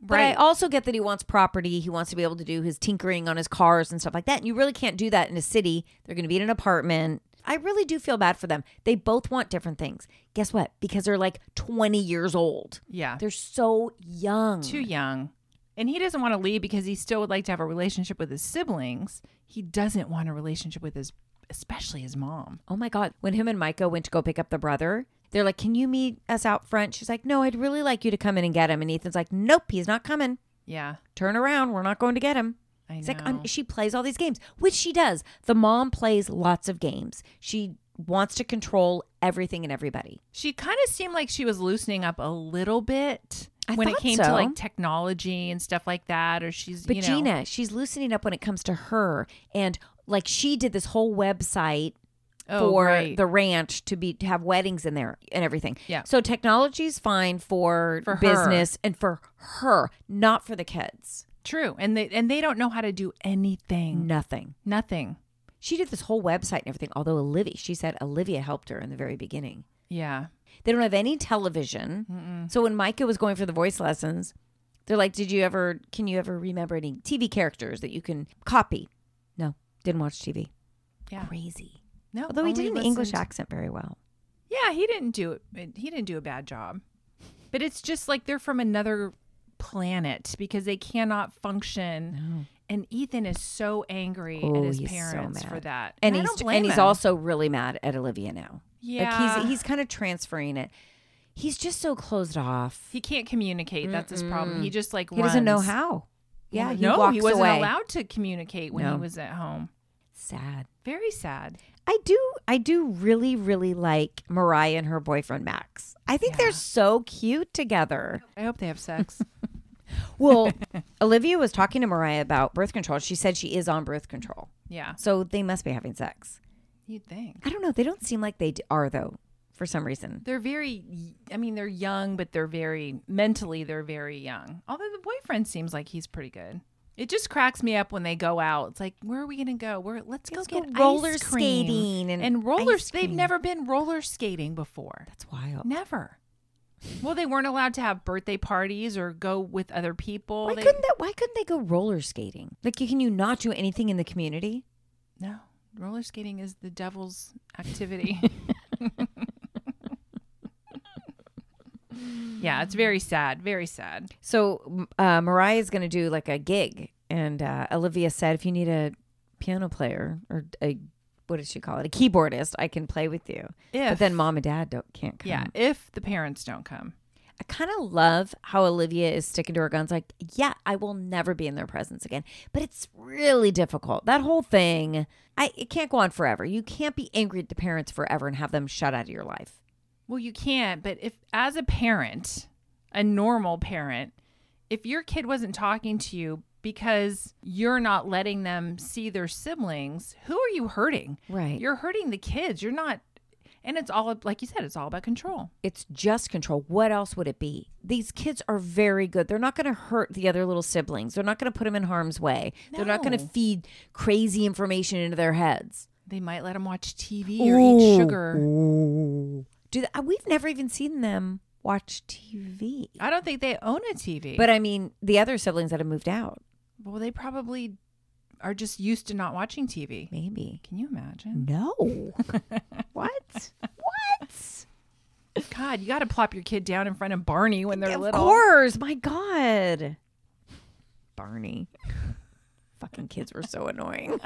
Speaker 4: But I
Speaker 5: Right.
Speaker 4: also get that he wants property. He wants to be able to do his tinkering on his cars and stuff like that. And you really can't do that in a city. They're going to be in an apartment. I really do feel bad for them. They both want different things. Guess what? Because they're like 20 years old.
Speaker 5: Yeah.
Speaker 4: They're so young.
Speaker 5: too young. And he doesn't want to leave because he still would like to have a relationship with his siblings. He doesn't want a relationship with his, especially his mom.
Speaker 4: Oh my God. When him and Micah went to go pick up the brother, they're like, Can you meet us out front? She's like, No, I'd really like you to come in and get him. And Ethan's like, Nope, he's not coming.
Speaker 5: Yeah,
Speaker 4: Turn around. We're not going to get him.
Speaker 5: I
Speaker 4: It's
Speaker 5: know.
Speaker 4: like um, she plays all these games, which she does. The mom plays lots of games. She wants to control everything and everybody.
Speaker 5: she kind of seemed like she was loosening up a little bit
Speaker 4: I
Speaker 5: when it
Speaker 4: thought
Speaker 5: came
Speaker 4: so.
Speaker 5: to like technology and stuff like that. Or she's,
Speaker 4: But
Speaker 5: you know,
Speaker 4: Gina, she's loosening up when it comes to her, and like she did this whole website
Speaker 5: oh,
Speaker 4: for
Speaker 5: right.
Speaker 4: the ranch to be to have weddings in there and everything.
Speaker 5: Yeah.
Speaker 4: So technology's fine for,
Speaker 5: For her.
Speaker 4: business and for her, not for the kids.
Speaker 5: true, and they and they don't know how to do anything,
Speaker 4: Nothing.
Speaker 5: nothing.
Speaker 4: She did this whole website and everything. Although Olivia, she said Olivia helped her in the very beginning.
Speaker 5: Yeah,
Speaker 4: They don't have any television. So when Micah was going for the voice lessons, they're like, "Did you ever? Can you ever remember any TV characters that you can copy?" No, didn't watch TV.
Speaker 5: yeah.
Speaker 4: Crazy.
Speaker 5: No,
Speaker 4: Although he
Speaker 5: only
Speaker 4: did an English
Speaker 5: listened-
Speaker 4: accent very well.
Speaker 5: Yeah, he didn't do it. He didn't do a bad job. But it's just like they're from another planet because they cannot function. And Ethan is so angry
Speaker 4: Oh,
Speaker 5: at his
Speaker 4: he's so
Speaker 5: parents for
Speaker 4: mad.
Speaker 5: that.
Speaker 4: And,
Speaker 5: I
Speaker 4: he's
Speaker 5: don't blame
Speaker 4: and he's
Speaker 5: him.
Speaker 4: also really mad at Olivia now. like
Speaker 5: Yeah.
Speaker 4: he's he's kind of transferring it. He's just so closed off.
Speaker 5: he can't communicate. That's his problem. He just like
Speaker 4: He doesn't know
Speaker 5: runs.
Speaker 4: how. Yeah, he
Speaker 5: no,
Speaker 4: walks
Speaker 5: he wasn't
Speaker 4: away.
Speaker 5: allowed to communicate when
Speaker 4: No.
Speaker 5: he was at home.
Speaker 4: Sad.
Speaker 5: Very sad.
Speaker 4: I do I do really really like Mariah and her boyfriend Max. I think they're so cute together.
Speaker 5: I hope they have sex.
Speaker 4: Well, Olivia was talking to Mariah about birth control. She said she is on birth control.
Speaker 5: yeah,
Speaker 4: So they must be having sex.
Speaker 5: you'd think
Speaker 4: I don't know. They don't seem like they d- are though for some reason.
Speaker 5: they're very. I mean, they're young, but they're very mentally. They're very young. Although the boyfriend seems like he's pretty good. It just cracks me up when they go out. It's like, where are we gonna go? We're let's go
Speaker 4: Let's go
Speaker 5: get ice
Speaker 4: roller
Speaker 5: cream.
Speaker 4: skating and
Speaker 5: roller.
Speaker 4: ice
Speaker 5: They've
Speaker 4: cream.
Speaker 5: never been roller skating before.
Speaker 4: That's wild.
Speaker 5: Never. Well, they weren't allowed to have birthday parties or go with other people.
Speaker 4: Why
Speaker 5: They-
Speaker 4: couldn't that? Why couldn't they go roller skating? Like, can you not do anything in the community?
Speaker 5: No, roller skating is the devil's activity. yeah, it's very sad. Very sad.
Speaker 4: So m- uh, Mariah is going to do like a gig, and uh, Olivia said, if you need a piano player or a what does she call it, a keyboardist, I can play with you. But
Speaker 5: If-
Speaker 4: then mom and dad don't can't come.
Speaker 5: Yeah, if the parents don't come.
Speaker 4: I kind of love how Olivia is sticking to her guns. Like, yeah, I will never be in their presence again. But it's really difficult. That whole thing, I it can't go on forever. You can't be angry at the parents forever and have them shut out of your life.
Speaker 5: Well, you can't, but if as a parent, a normal parent, if your kid wasn't talking to you because you're not letting them see their siblings, who are you hurting?
Speaker 4: Right.
Speaker 5: You're hurting the kids. You're not and it's all like you said, it's all about control.
Speaker 4: It's just control. What else would it be? These kids are very good. They're not going to hurt the other little siblings. They're not going to put them in harm's way. They're not going to
Speaker 5: No.
Speaker 4: feed crazy information into their heads.
Speaker 5: They might let them watch TV or eat sugar.
Speaker 4: Do th- uh, we've never even seen them watch TV.
Speaker 5: I don't think they own a TV.
Speaker 4: But I mean, the other siblings that have moved out,
Speaker 5: well, they probably are just used to not watching TV.
Speaker 4: maybe.
Speaker 5: Can you imagine?
Speaker 4: No. what? What?
Speaker 5: God, you got to plop your kid down in front of Barney when they're
Speaker 4: of
Speaker 5: little.
Speaker 4: course. My God. Barney. Fucking kids were so annoying.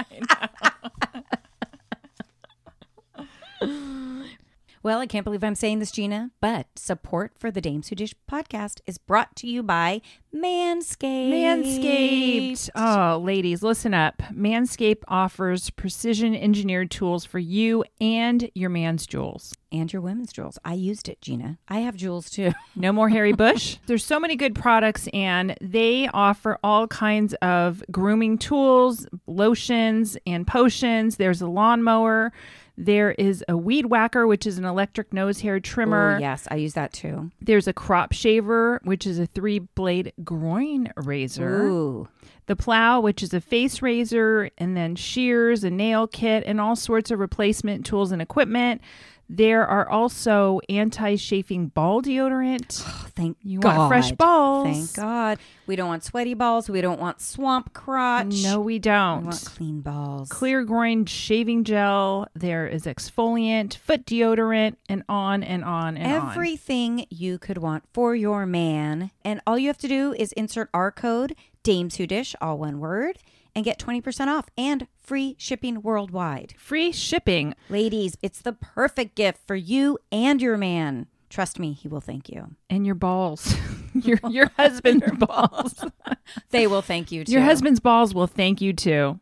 Speaker 4: Well, I can't believe I'm saying this, Gina, but support for the Dames Who Dish podcast is brought to you by Manscaped.
Speaker 5: Manscaped. Oh, ladies, listen up. Manscaped offers precision engineered tools for you and your man's jewels.
Speaker 4: And your women's jewels. I used it, Gina. I have jewels too.
Speaker 5: No more hairy bush. There's so many good products, and they offer all kinds of grooming tools, lotions, and potions. There's a lawnmower. There is a weed whacker, which is an electric nose hair trimmer.
Speaker 4: Oh, yes, I use that too.
Speaker 5: There's a crop shaver, which is a three blade groin razor.
Speaker 4: Ooh.
Speaker 5: the plow, which is a face razor, and then shears, a nail kit, and all sorts of replacement tools and equipment. There are also anti chafing ball deodorant.
Speaker 4: Oh, thank
Speaker 5: You
Speaker 4: God.
Speaker 5: want fresh balls.
Speaker 4: Thank God. We don't want sweaty balls. We don't want swamp crotch.
Speaker 5: No, we
Speaker 4: We
Speaker 5: don't.
Speaker 4: want clean balls.
Speaker 5: Clear groin shaving gel. There is exfoliant, foot deodorant, and on and on and on.
Speaker 4: Everything you could want for your man. And all you have to do is insert our code, Dames Who Dish, all one word, and get 20% off and free shipping worldwide.
Speaker 5: Free shipping.
Speaker 4: Ladies, it's the perfect gift for you and your man. Trust me, he will thank you.
Speaker 5: And your balls. your your husband's balls.
Speaker 4: They will thank you too.
Speaker 5: Your husband's balls will thank you too.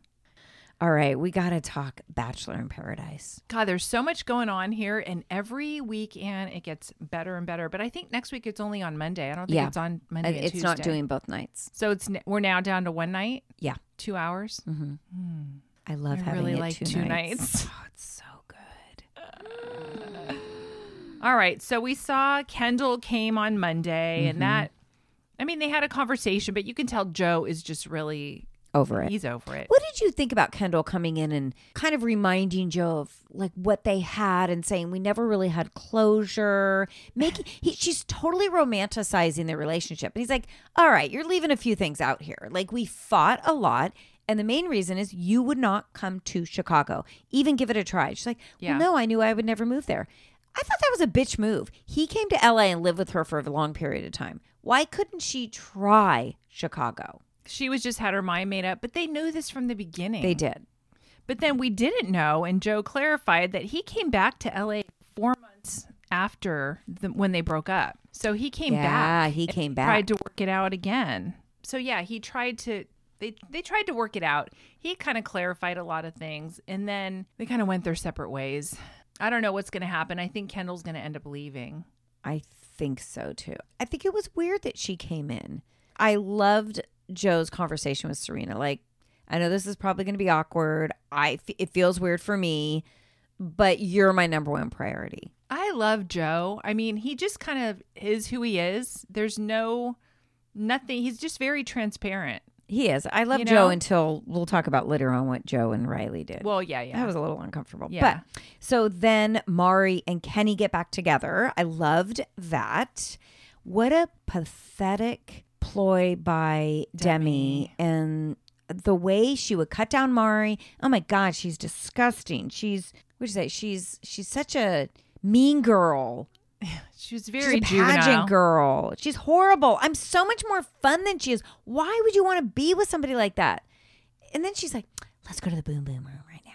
Speaker 4: All right, we got to talk Bachelor in Paradise.
Speaker 5: God, there's so much going on here, and every week, and it gets better and better. But I think next week it's only on Monday. I don't think
Speaker 4: Yeah.
Speaker 5: it's on Monday.
Speaker 4: And
Speaker 5: and
Speaker 4: it's not
Speaker 5: Tuesday.
Speaker 4: doing both nights.
Speaker 5: So it's n- we're now down to one night,
Speaker 4: Yeah.
Speaker 5: two hours.
Speaker 4: I love
Speaker 5: I
Speaker 4: Mm-hmm. having
Speaker 5: really
Speaker 4: it
Speaker 5: like
Speaker 4: two,
Speaker 5: two nights.
Speaker 4: Oh, it's so good.
Speaker 5: All right. So we saw Kendall came on Monday,
Speaker 4: Mm-hmm.
Speaker 5: and that, I mean, they had a conversation, but you can tell Joe is just really
Speaker 4: Over it.
Speaker 5: he's over it.
Speaker 4: What did you think about Kendall coming in and kind of reminding Joe of like what they had and saying we never really had closure? Making he, she's totally romanticizing their relationship, and he's like, "All right, you're leaving a few things out here. Like we fought a lot." And the main reason is you would not come to Chicago, even give it a try. She's like,
Speaker 5: Yeah.
Speaker 4: well, no, I knew I would never move there. I thought that was a bitch move. He came to LA and lived with her for a long period of time. Why couldn't she try Chicago?
Speaker 5: She was just had her mind made up, but they knew this from the beginning.
Speaker 4: They did.
Speaker 5: But then we didn't know, and Joe clarified that he came back to LA four months after the, when they broke up. So he came
Speaker 4: Yeah,
Speaker 5: back.
Speaker 4: he
Speaker 5: and
Speaker 4: came back.
Speaker 5: Tried to work it out again. So yeah, he tried to. They they tried to work it out. He kind of clarified a lot of things, and then they kind of went their separate ways. I don't know what's going to happen. I think Kendall's going to end up leaving.
Speaker 4: I think so too. I think it was weird that she came in. I loved Joe's conversation with Serena. Like, I know this is probably going to be awkward. I f- it feels weird for me, but you're my number one priority.
Speaker 5: I love Joe. I mean, he just kind of is who he is. There's no nothing. He's just very transparent.
Speaker 4: He is. I love
Speaker 5: You know?
Speaker 4: Joe until we'll talk about later on what Joe and Riley did.
Speaker 5: Well, yeah, yeah.
Speaker 4: That was a little uncomfortable.
Speaker 5: Yeah.
Speaker 4: But so then Mari and Kenny get back together. I loved that. What a pathetic ploy by Demi, and the way she would cut down Mari. Oh my God, she's disgusting. She's what you say? She's she's such a mean girl.
Speaker 5: She was very
Speaker 4: she's a pageant
Speaker 5: juvenile.
Speaker 4: girl. She's horrible. I'm so much more fun than she is. Why would you want to be with somebody like that? And then she's like, "Let's go to the boom boom room right now."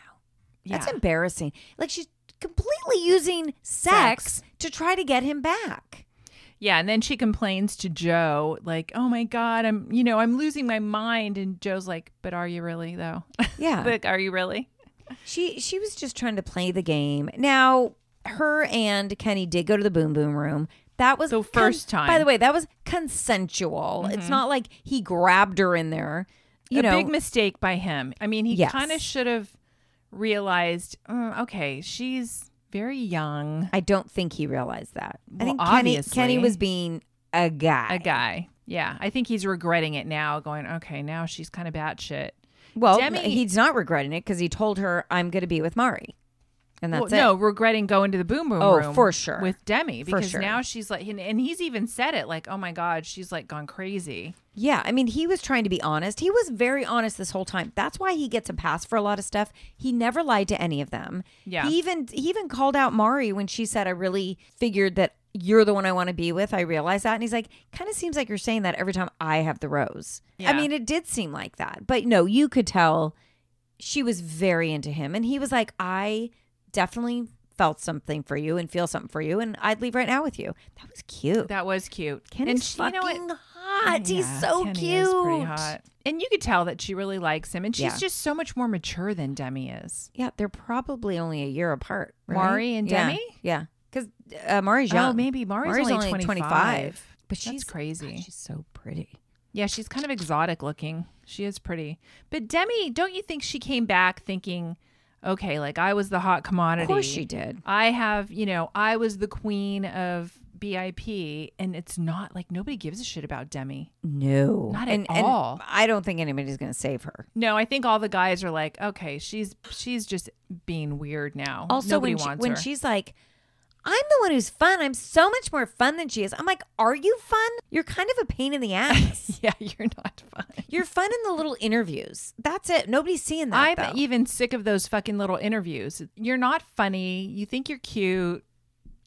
Speaker 4: That's
Speaker 5: Yeah.
Speaker 4: embarrassing. Like she's completely using sex,
Speaker 5: Sex.
Speaker 4: to try to get him back.
Speaker 5: Yeah, and then she complains to Joe, like, "Oh my God, I'm, you know, I'm losing my mind." And Joe's like, "But are you really though?
Speaker 4: Yeah.
Speaker 5: like, are you really?"
Speaker 4: She she was just trying to play the game. Now, her and Kenny did go to the boom boom room. That was
Speaker 5: The first time. Mm-hmm.
Speaker 4: By the way, that was consensual. It's not like he grabbed her in there. You
Speaker 5: a
Speaker 4: know,
Speaker 5: big mistake by him. I mean, he
Speaker 4: Yes.
Speaker 5: kind of should have realized, "Mm, okay, she's very young,
Speaker 4: I don't think he realized that. I
Speaker 5: Well,
Speaker 4: think
Speaker 5: obviously.
Speaker 4: Kenny Kenny was being a guy.
Speaker 5: a guy." Yeah, I think he's regretting it now, going, "Okay, now she's kind of batshit."
Speaker 4: Well,
Speaker 5: Demi-
Speaker 4: he's not regretting it because he told her, "I'm going to be with Mari," and that's
Speaker 5: Well,
Speaker 4: it.
Speaker 5: no, regretting going to the boom boom
Speaker 4: Oh,
Speaker 5: room
Speaker 4: for sure.
Speaker 5: with Demi
Speaker 4: For
Speaker 5: because
Speaker 4: sure.
Speaker 5: now she's like, and, and he's even said it, like, "Oh my God, she's like gone crazy."
Speaker 4: Yeah, I mean, he was trying to be honest. He was very honest this whole time. That's why he gets a pass for a lot of stuff. He never lied to any of them.
Speaker 5: Yeah.
Speaker 4: He even he even called out Mari when she said, "I really figured that you're the one I want to be with. I realized that." And he's like, "Kind of seems like you're saying that every time I have the rose." I
Speaker 5: Yeah.
Speaker 4: mean, it did seem like that, but no, you could tell she was very into him, and he was like, "I definitely felt something for you and feel something for you, and I'd leave right now with you. That was cute.
Speaker 5: That was cute.
Speaker 4: Kenny's
Speaker 5: she-
Speaker 4: fucking
Speaker 5: Yeah,
Speaker 4: hot. He's so
Speaker 5: Kenny
Speaker 4: cute.
Speaker 5: is pretty hot. And you could tell that she really likes him. And she's
Speaker 4: Yeah.
Speaker 5: just so much more mature than Demi is.
Speaker 4: Yeah, they're probably only a year apart. Right?
Speaker 5: Mari and
Speaker 4: Yeah,
Speaker 5: Demi?
Speaker 4: Yeah, because uh, Mari's young.
Speaker 5: Oh, maybe Mari's, only, 25.
Speaker 4: But
Speaker 5: But
Speaker 4: she's
Speaker 5: she's crazy.
Speaker 4: God, she's so pretty.
Speaker 5: yeah, she's kind of exotic looking. She is pretty. But Demi, don't you think she came back thinking, okay, like I was the hot commodity?
Speaker 4: Of course she did.
Speaker 5: I have, you know, I was the queen of BIP, and it's not like nobody gives a shit about Demi.
Speaker 4: No,
Speaker 5: Not at
Speaker 4: and,
Speaker 5: all.
Speaker 4: And I don't think anybody's going to save her.
Speaker 5: No, I think all the guys are like, okay, she's she's just being weird now.
Speaker 4: Also,
Speaker 5: Nobody
Speaker 4: when she,
Speaker 5: wants
Speaker 4: when
Speaker 5: her.
Speaker 4: she's like, "I'm the one who's fun. I'm so much more fun than she is." I'm like, "Are you fun? You're kind of a pain in the ass.
Speaker 5: yeah, you're not fun.
Speaker 4: You're fun in the little interviews. That's it. Nobody's seeing
Speaker 5: I'm
Speaker 4: that. though.
Speaker 5: even sick of those fucking little interviews. You're not funny. You think you're cute,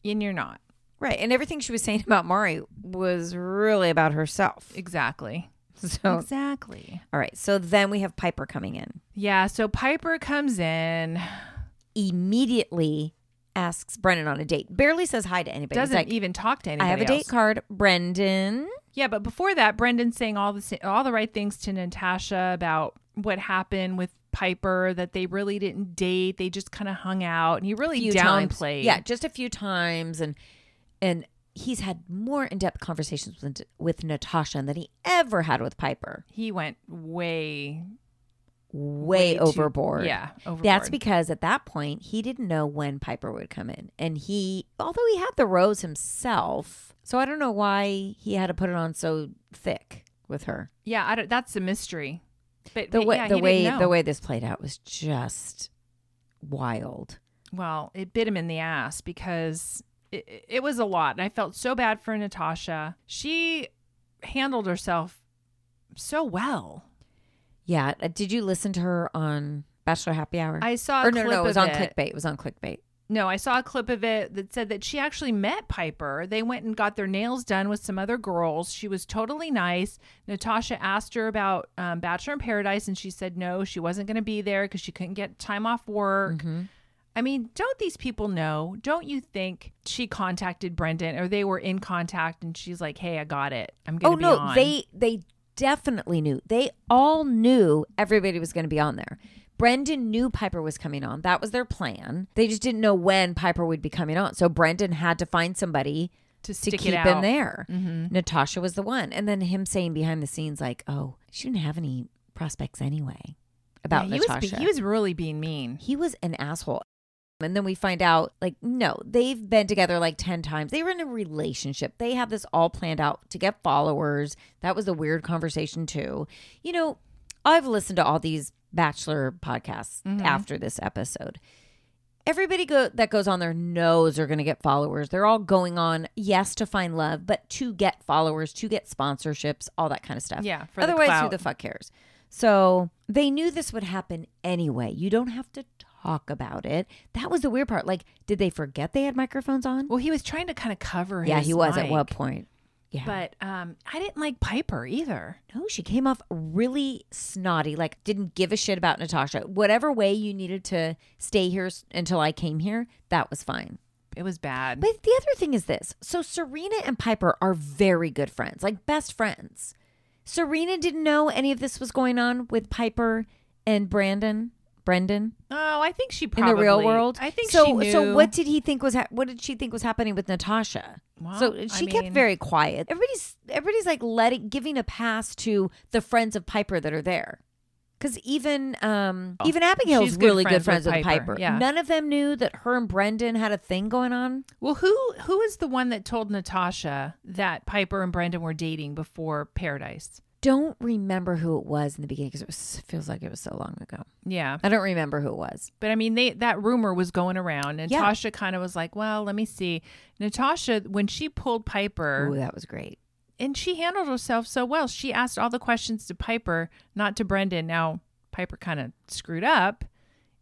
Speaker 5: and you're not.
Speaker 4: right. And everything she was saying about Mari was really about herself.
Speaker 5: Exactly.
Speaker 4: So,
Speaker 5: Exactly.
Speaker 4: all right. So then we have Piper coming in.
Speaker 5: Yeah. So Piper comes in,
Speaker 4: Immediately asks Brennan on a date. Barely says hi to anybody. He's
Speaker 5: doesn't
Speaker 4: like,
Speaker 5: even talk to
Speaker 4: I
Speaker 5: anybody.
Speaker 4: have a date
Speaker 5: else.
Speaker 4: card, Brendan.
Speaker 5: Yeah, but before that, Brendan's saying all the sa- all the right things to Natasha about what happened with Piper that they really didn't date. They just kind of hung out, and he really
Speaker 4: few times.
Speaker 5: downplayed.
Speaker 4: Yeah, just a few times, and and he's had more in depth conversations with with Natasha than he ever had with Piper.
Speaker 5: he went way
Speaker 4: Way,
Speaker 5: too-
Speaker 4: overboard.
Speaker 5: yeah,
Speaker 4: That's
Speaker 5: overboard.
Speaker 4: because at that point he didn't know when Piper would come in, and he, although he had the rose himself, so I don't know why he had to put it on so thick with her.
Speaker 5: yeah. I don't, that's a mystery. But
Speaker 4: The
Speaker 5: but
Speaker 4: way
Speaker 5: yeah,
Speaker 4: the
Speaker 5: he didn't
Speaker 4: way
Speaker 5: know.
Speaker 4: the way this played out was just wild.
Speaker 5: well, it bit him in the ass because it, it was a lot, and I felt so bad for Natasha. She handled herself so well.
Speaker 4: Yeah, uh, did you listen to her on Bachelor Happy Hour?
Speaker 5: I saw a
Speaker 4: or no,
Speaker 5: clip
Speaker 4: no, it was
Speaker 5: of
Speaker 4: on
Speaker 5: it.
Speaker 4: clickbait. It was on clickbait.
Speaker 5: No, I saw a clip of it that said that she actually met Piper. They went and got their nails done with some other girls. She was totally nice. Natasha asked her about um, Bachelor in Paradise, and she said no, she wasn't going to be there because she couldn't get time off work.
Speaker 4: Mm-hmm.
Speaker 5: I mean, don't these people know? Don't you think she contacted Brendan or they were in contact and she's like, hey, I got it. I'm going
Speaker 4: Oh
Speaker 5: to be
Speaker 4: no,
Speaker 5: on.
Speaker 4: they they definitely knew. They all knew everybody was going to be on there. Brendan knew Piper was coming on. That was their plan. They just didn't know when Piper would be coming on. So Brendan had to find somebody
Speaker 5: To
Speaker 4: to
Speaker 5: stick it
Speaker 4: keep him
Speaker 5: out. Mm-hmm.
Speaker 4: there. Natasha was the one. And then him saying behind the scenes like, "Oh, she didn't have any prospects anyway." About
Speaker 5: Yeah, he was,
Speaker 4: Natasha.
Speaker 5: be- he was really being mean.
Speaker 4: he was an asshole. And then we find out, like, no, they've been together like 10 times. They were in a relationship. They had this all planned out to get followers. That was a weird conversation, too. You know, I've listened to all these Bachelor podcasts
Speaker 5: Mm-hmm.
Speaker 4: after this episode. Everybody go, that goes on there knows they're going to get followers. They're all going on, yes, to find love, but to get followers, to get sponsorships, all that kind of stuff.
Speaker 5: Yeah, for the
Speaker 4: Otherwise, who
Speaker 5: clout.
Speaker 4: the fuck cares? So they knew this would happen anyway. You don't have to talk about it. That was the weird part. Like, did they forget they had microphones on?
Speaker 5: Well, he was trying to kind of cover
Speaker 4: yeah,
Speaker 5: his
Speaker 4: he was at
Speaker 5: mic.
Speaker 4: what point? Yeah.
Speaker 5: But um, I didn't like Piper either.
Speaker 4: no, she came off really snotty, like didn't give a shit about Natasha. Whatever way you needed to stay here s- until I came here, that was fine.
Speaker 5: It was bad.
Speaker 4: But the other thing is this. So Serena and Piper are very good friends, like best friends. Serena didn't know any of this was going on with Piper and Brandon. Brendan
Speaker 5: Oh, I think she
Speaker 4: in
Speaker 5: probably
Speaker 4: the real world.
Speaker 5: I think
Speaker 4: so.
Speaker 5: She knew.
Speaker 4: So what did he think was ha- what did she think was happening with Natasha?
Speaker 5: Well,
Speaker 4: so
Speaker 5: I
Speaker 4: she kept
Speaker 5: mean-
Speaker 4: very quiet. Everybody's everybody's like letting giving a pass to the friends of Piper that are there. Because even um, even Abigail's
Speaker 5: Oh, She's good
Speaker 4: really good
Speaker 5: friends
Speaker 4: friends
Speaker 5: with
Speaker 4: with,
Speaker 5: Piper,
Speaker 4: Piper.
Speaker 5: yeah.
Speaker 4: None of them knew that her and Brendan had a thing going on.
Speaker 5: Well, who who is the one that told Natasha that Piper and Brendan were dating before Paradise?
Speaker 4: don't remember who it was in the beginning because it was, feels like it was so long ago.
Speaker 5: Yeah,
Speaker 4: I don't remember who it was.
Speaker 5: but I mean, they that rumor was going around. and
Speaker 4: Yeah.
Speaker 5: Natasha kind of was like, "Well, let me see." Natasha, when she pulled Piper,
Speaker 4: Oh, that was great.
Speaker 5: and she handled herself so well, she asked all the questions to Piper, not to Brendan. Now Piper kind of screwed up,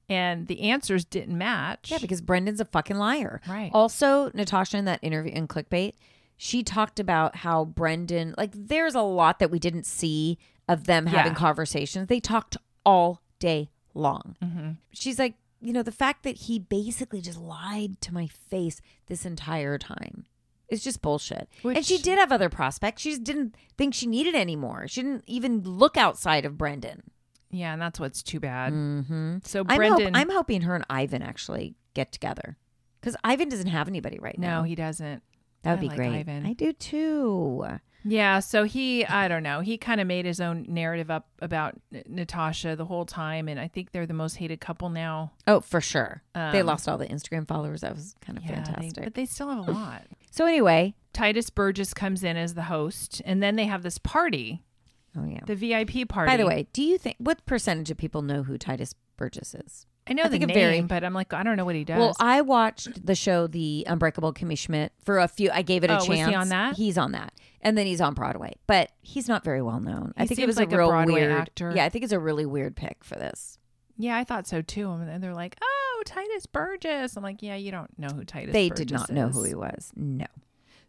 Speaker 5: and the answers didn't match.
Speaker 4: Yeah, because Brendan's a fucking liar.
Speaker 5: Right.
Speaker 4: Also, Natasha in that interview in Clickbait, she talked about how Brendan, like, there's a lot that we didn't see of them having
Speaker 5: Yeah. Mm-hmm.
Speaker 4: conversations. They talked all day long. She's like, you know, the fact that he basically just lied to my face this entire time is just bullshit. and she
Speaker 5: Which-
Speaker 4: did have other prospects. She just didn't think she needed any more. She didn't even look outside of Brendan.
Speaker 5: Yeah, and that's what's too bad.
Speaker 4: Mm-hmm.
Speaker 5: So
Speaker 4: I'm, hop-
Speaker 5: Brendan,
Speaker 4: I'm hoping her and Ivan actually get together because Ivan doesn't have anybody right now.
Speaker 5: no, he doesn't.
Speaker 4: that would
Speaker 5: I
Speaker 4: be
Speaker 5: like
Speaker 4: great.
Speaker 5: Ivan.
Speaker 4: I do too.
Speaker 5: Yeah, so he, I don't know, he kind of made his own narrative up about N- Natasha the whole time, and I think they're the most hated couple now.
Speaker 4: Oh, for sure. they
Speaker 5: Um,
Speaker 4: lost all the Instagram followers. That was kind of
Speaker 5: Yeah, they-
Speaker 4: fantastic.
Speaker 5: but they still have a lot.
Speaker 4: so anyway,
Speaker 5: Titus Burgess comes in as the host, and then they have this party,
Speaker 4: oh yeah.
Speaker 5: the VIP party.
Speaker 4: By the way, do you think what percentage of people know who Titus Burgess is?
Speaker 5: I know
Speaker 4: I
Speaker 5: the
Speaker 4: think
Speaker 5: name,
Speaker 4: it very-
Speaker 5: but I'm like, I don't know what he does.
Speaker 4: Well, I watched the show The Unbreakable Kimmy Schmidt for a few. I gave it a
Speaker 5: Oh, was
Speaker 4: chance.
Speaker 5: he on that?
Speaker 4: He's on that, and then he's on Broadway, but he's not very well known. I
Speaker 5: He
Speaker 4: think it
Speaker 5: seems
Speaker 4: was
Speaker 5: like
Speaker 4: a
Speaker 5: a
Speaker 4: real
Speaker 5: Broadway
Speaker 4: weird
Speaker 5: actor.
Speaker 4: Yeah, I think it's a really weird pick for this.
Speaker 5: yeah, I thought so too. And then they're like, oh, Titus Burgess. I'm like, yeah, you don't know who Titus
Speaker 4: they
Speaker 5: Burgess
Speaker 4: did not know
Speaker 5: is."
Speaker 4: who he was. No.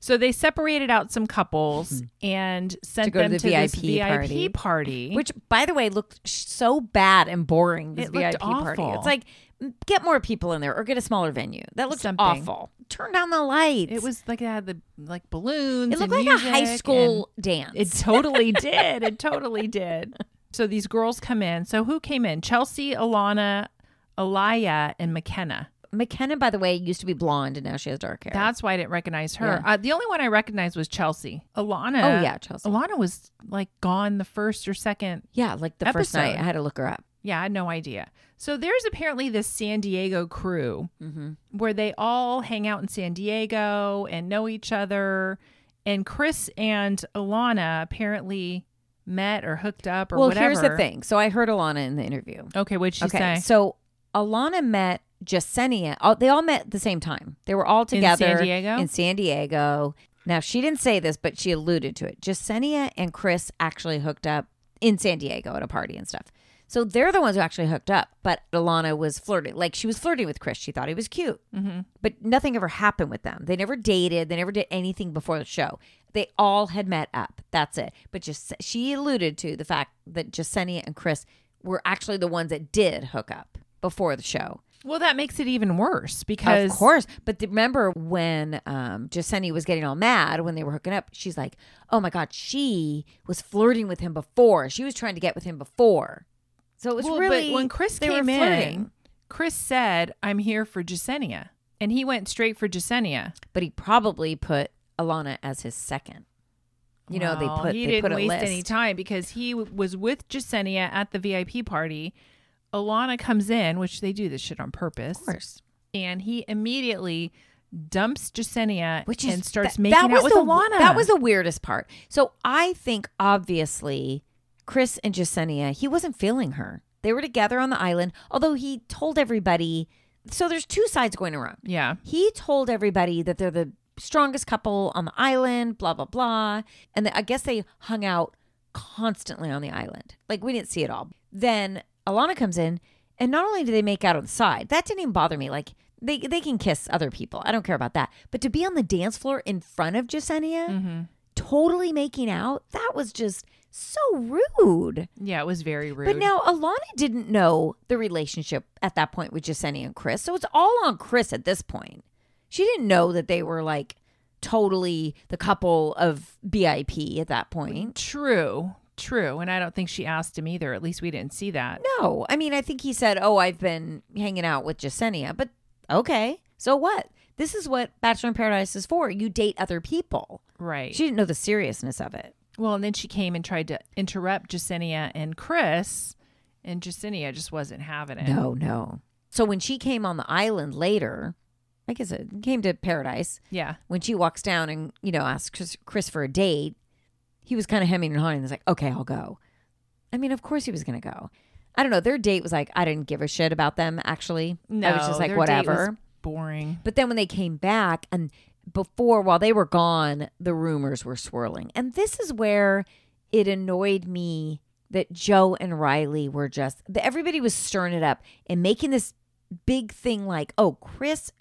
Speaker 5: So they separated out some couples and sent
Speaker 4: go Mm-hmm. to
Speaker 5: them
Speaker 4: the
Speaker 5: to, this
Speaker 4: VIP party.
Speaker 5: VIP party.
Speaker 4: Which, by the way, looked sh- so bad and boring. This
Speaker 5: It looked
Speaker 4: VIP party.
Speaker 5: awful.
Speaker 4: It's like m- get more people in there or get a smaller venue. That looked
Speaker 5: Something.
Speaker 4: awful. Turn down the lights.
Speaker 5: It was like it had the like balloons.
Speaker 4: It looked
Speaker 5: and
Speaker 4: like a high
Speaker 5: music and-
Speaker 4: school dance.
Speaker 5: It totally did. It totally did. So these girls come in. So who came in? Chelsea, Alana, Alaya, and McKenna.
Speaker 4: McKenna, by the way, used to be blonde and now she has dark hair.
Speaker 5: That's why I didn't recognize her.
Speaker 4: Yeah.
Speaker 5: Uh, the only one I recognized was Chelsea. Alana.
Speaker 4: Oh, yeah, Chelsea.
Speaker 5: Alana was like gone the first or second.
Speaker 4: yeah, like the first night,
Speaker 5: Episode.
Speaker 4: I had to look her up.
Speaker 5: Yeah, I had no idea. So there's apparently this San Diego crew
Speaker 4: Mm-hmm.
Speaker 5: where they all hang out in San Diego and know each other. And Chris and Alana apparently met or hooked up or
Speaker 4: well,
Speaker 5: whatever.
Speaker 4: here's the thing. So I heard Alana in the interview.
Speaker 5: Okay, what'd she
Speaker 4: okay,
Speaker 5: say?
Speaker 4: so Alana met Jasenia. All, they all met at the same time. They were all
Speaker 5: In San
Speaker 4: together
Speaker 5: Diego?
Speaker 4: In San Diego. Now she didn't say this, but she alluded to it. Jasenia and Chris actually hooked up in San Diego at a party and stuff. So they're the ones who actually hooked up. But Alana was flirting, like she was flirting with Chris. She thought he was cute, mm-hmm. but nothing ever happened with them. They never dated. They never did anything before the show. They all had met up. That's it. But just she alluded to the fact that Jasenia and Chris were actually the ones that did hook up before the show.
Speaker 5: well, that makes it even worse because
Speaker 4: Of course. But th- remember when um, Jaseni was getting all mad when they were hooking up, she's like, oh my God, she was flirting with him before. She was trying to get with him before. So it was
Speaker 5: Well,
Speaker 4: really.
Speaker 5: but when Chris
Speaker 4: they
Speaker 5: came
Speaker 4: were flirting,
Speaker 5: in, Chris said, "I'm here for Jasenia," and he went straight for Jasenia.
Speaker 4: But he probably put Alana as his second. You know, they
Speaker 5: Well,
Speaker 4: put,
Speaker 5: he
Speaker 4: they
Speaker 5: didn't
Speaker 4: put a
Speaker 5: waste
Speaker 4: list.
Speaker 5: any time because he w- was with Jasenia at the VIP party. Alana comes in, which they do this shit on purpose,
Speaker 4: Of course.
Speaker 5: and he immediately dumps Jasenia
Speaker 4: which is
Speaker 5: and starts
Speaker 4: that-
Speaker 5: making
Speaker 4: that was
Speaker 5: out with
Speaker 4: the,
Speaker 5: Alana.
Speaker 4: That was the weirdest part. So I think obviously Chris and Jasenia, he wasn't feeling her. They were together on the island, although he told everybody. So there's two sides going around.
Speaker 5: yeah.
Speaker 4: He told everybody that they're the strongest couple on the island, blah blah blah, and that- I guess they hung out constantly on the island. Like we didn't see it all. Then Alana comes in, and not only do they make out on the side, that didn't even bother me. Like they they can kiss other people. I don't care about that. But to be on the dance floor in front of Jasenia, totally making out, that was just so rude.
Speaker 5: Yeah, it was very rude.
Speaker 4: But now Alana didn't know the relationship at that point with Jasenia and Chris. So it's all on Chris at this point. She didn't know that they were like totally the couple of BIP at that point.
Speaker 5: true, true, and I don't think she asked him either. At least we didn't see that.
Speaker 4: No. I mean, I think he said, Oh, I've been hanging out with Jasenia, but okay. So what? This is what Bachelor in Paradise is for. You date other people.
Speaker 5: Right.
Speaker 4: She didn't know the seriousness of it.
Speaker 5: Well, and then she came and tried to interrupt Jasenia and Chris, and Jasenia just wasn't having it.
Speaker 4: No, no. So when she came on the island later, I guess it came to paradise.
Speaker 5: Yeah.
Speaker 4: when she walks down and you know asks Chris, Chris for a date, he was kind of hemming and hawing. He's like, "Okay, I'll go." I mean, of course he was going to go. I don't know. Their date was like I didn't give a shit about them. Actually,
Speaker 5: No.
Speaker 4: I was just like
Speaker 5: their date was
Speaker 4: whatever.
Speaker 5: boring.
Speaker 4: But then when they came back and before while they were gone, the rumors were swirling. And this is where it annoyed me that Joe and Riley were just that everybody was stirring it up and making this big thing like, oh, Chris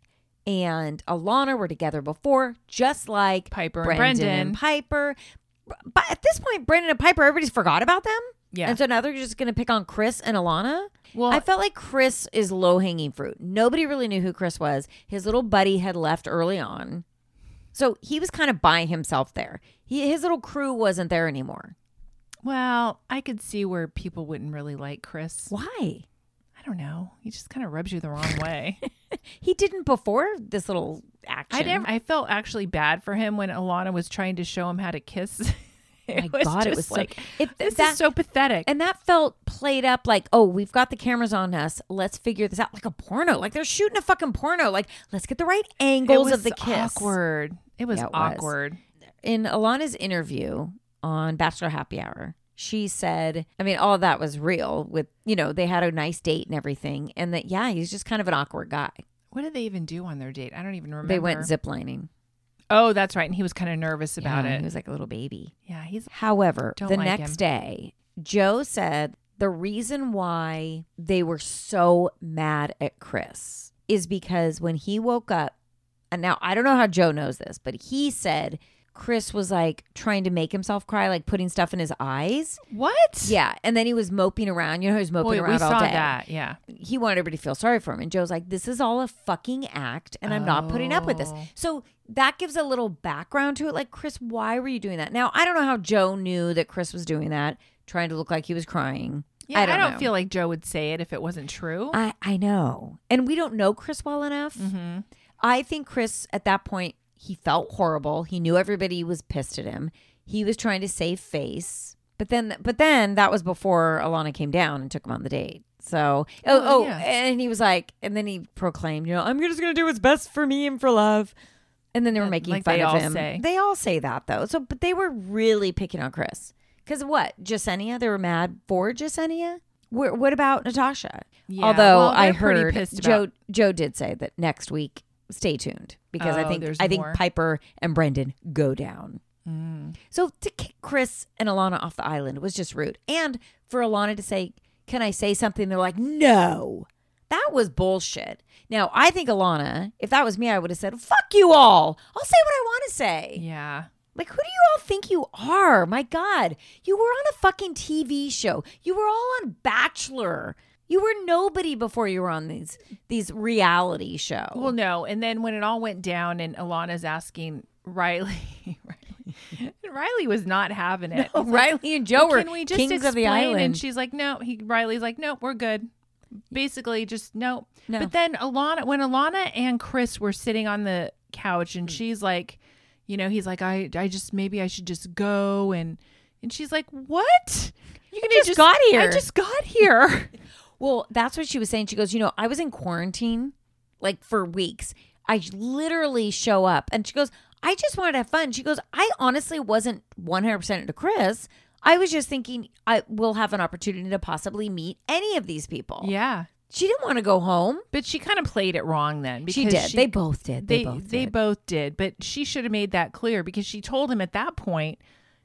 Speaker 4: and Alana were together before, just like
Speaker 5: Piper and
Speaker 4: Brendan and
Speaker 5: Brendan.
Speaker 4: Piper. But at this point, Brendan and Piper, everybody's forgot about them.
Speaker 5: Yeah.
Speaker 4: And so now they're just going to pick on Chris and Alana.
Speaker 5: Well-
Speaker 4: Well, I felt like Chris is low hanging fruit. Nobody really knew who Chris was. His little buddy had left early on. So he was kind of by himself there. He, his little crew wasn't there anymore.
Speaker 5: Well, I could see where people wouldn't really like Chris.
Speaker 4: Why?
Speaker 5: I don't know. He just kind of rubs you the wrong way.
Speaker 4: He didn't before this little action.
Speaker 5: I never. I felt actually bad for him when Alana was trying to show him how to kiss.
Speaker 4: My God, it was so-
Speaker 5: like
Speaker 4: It-
Speaker 5: this is
Speaker 4: that-
Speaker 5: so pathetic.
Speaker 4: And that felt played up like, oh, we've got the cameras on us. Let's figure this out like a porno. Like they're shooting a fucking porno. Like, let's get the right
Speaker 5: it
Speaker 4: angles
Speaker 5: was
Speaker 4: of the kiss.
Speaker 5: awkward. It was
Speaker 4: Yeah, it was.
Speaker 5: awkward.
Speaker 4: in Alana's interview on Bachelor Happy Hour, she said, I mean, all of that was real with, you know, they had a nice date and everything. And that, yeah, he's just kind of an awkward guy.
Speaker 5: What did they even do on their date? I don't even remember.
Speaker 4: They went ziplining.
Speaker 5: Oh, that's right. And he was kind of nervous about
Speaker 4: Yeah,
Speaker 5: it.
Speaker 4: He was like a little baby.
Speaker 5: yeah, he's
Speaker 4: However,
Speaker 5: Don't
Speaker 4: the
Speaker 5: like
Speaker 4: next
Speaker 5: him.
Speaker 4: day, Joe said the reason why they were so mad at Chris is because when he woke up, and now I don't know how Joe knows this, but he said Chris was like trying to make himself cry, like putting stuff in his eyes.
Speaker 5: what?
Speaker 4: Yeah, and then he was moping around. You know, he was moping
Speaker 5: Boy,
Speaker 4: around
Speaker 5: we
Speaker 4: all
Speaker 5: saw
Speaker 4: day.
Speaker 5: that. Yeah.
Speaker 4: He wanted everybody to feel sorry for him, and Joe's like, "This is all a fucking act, and I'm not putting up with this."
Speaker 5: Oh.
Speaker 4: So that gives a little background to it. Like, Chris, why were you doing that? Now, I don't know how Joe knew that Chris was doing that, trying to look like he was crying.
Speaker 5: Yeah,
Speaker 4: I don't, know.
Speaker 5: feel like Joe would say it if it wasn't true. Mm-hmm.
Speaker 4: I I know, and we don't know Chris well enough. I think Chris at that point he felt horrible. He knew everybody was pissed at him. He was trying to save face, but then but then that was before Alana came down and took him on the date. So oh
Speaker 5: Oh,
Speaker 4: oh,
Speaker 5: yeah.
Speaker 4: and he was like, and then he proclaimed, you know, I'm just gonna do what's best for me and for love. And then they were
Speaker 5: Yeah,
Speaker 4: making
Speaker 5: like
Speaker 4: fun
Speaker 5: they
Speaker 4: of
Speaker 5: all
Speaker 4: him.
Speaker 5: say.
Speaker 4: They all say that though. So, but they were really picking on Chris because what? Jasenia? They were mad for Jasenia. Wh- what about Natasha?
Speaker 5: Yeah,
Speaker 4: Although
Speaker 5: well,
Speaker 4: I
Speaker 5: they're pretty
Speaker 4: heard
Speaker 5: pissed
Speaker 4: Joe
Speaker 5: about-
Speaker 4: Joe did say that next week, stay tuned because I
Speaker 5: Oh,
Speaker 4: think
Speaker 5: there's
Speaker 4: I think
Speaker 5: more. Mm.
Speaker 4: Piper and Brendan go down. So to kick Chris and Alana off the island was just rude, and for Alana to say, "Can I say something?" They're like, "No." That was bullshit. Now, I think Alana, if that was me, I would have said, fuck you all. I'll say what I want to say.
Speaker 5: yeah.
Speaker 4: Like, who do you all think you are? My God. You were on a fucking TV show. You were all on Bachelor. You were nobody before you were on these these reality show.
Speaker 5: Well, no. And then when it all went down and Alana's asking Riley, Riley, Riley was not having it. He's like,
Speaker 4: Riley and Joe were
Speaker 5: Can we just
Speaker 4: kings
Speaker 5: explain?
Speaker 4: of the island.
Speaker 5: And she's like, no. He Riley's like, no, we're good. Basically, just no.
Speaker 4: No.
Speaker 5: But then Alana, when Alana and Chris were sitting on the couch, and she's like, you know, he's like, I, I just maybe I should just go, and and she's like, what? You
Speaker 4: just got
Speaker 5: I
Speaker 4: here."
Speaker 5: just got here.
Speaker 4: Well, that's what she was saying. She goes, You know, I was in quarantine like for weeks. I literally show up and she goes, I just wanted to have fun. She goes, I honestly wasn't 100% into Chris. I was just thinking I will have an opportunity to possibly meet any of these people.
Speaker 5: yeah.
Speaker 4: She didn't want to go home.
Speaker 5: But she kind of played it wrong then. Because
Speaker 4: She did. they both did. They,
Speaker 5: they
Speaker 4: both
Speaker 5: they
Speaker 4: did.
Speaker 5: both did but she should have made that clear because she told him at that point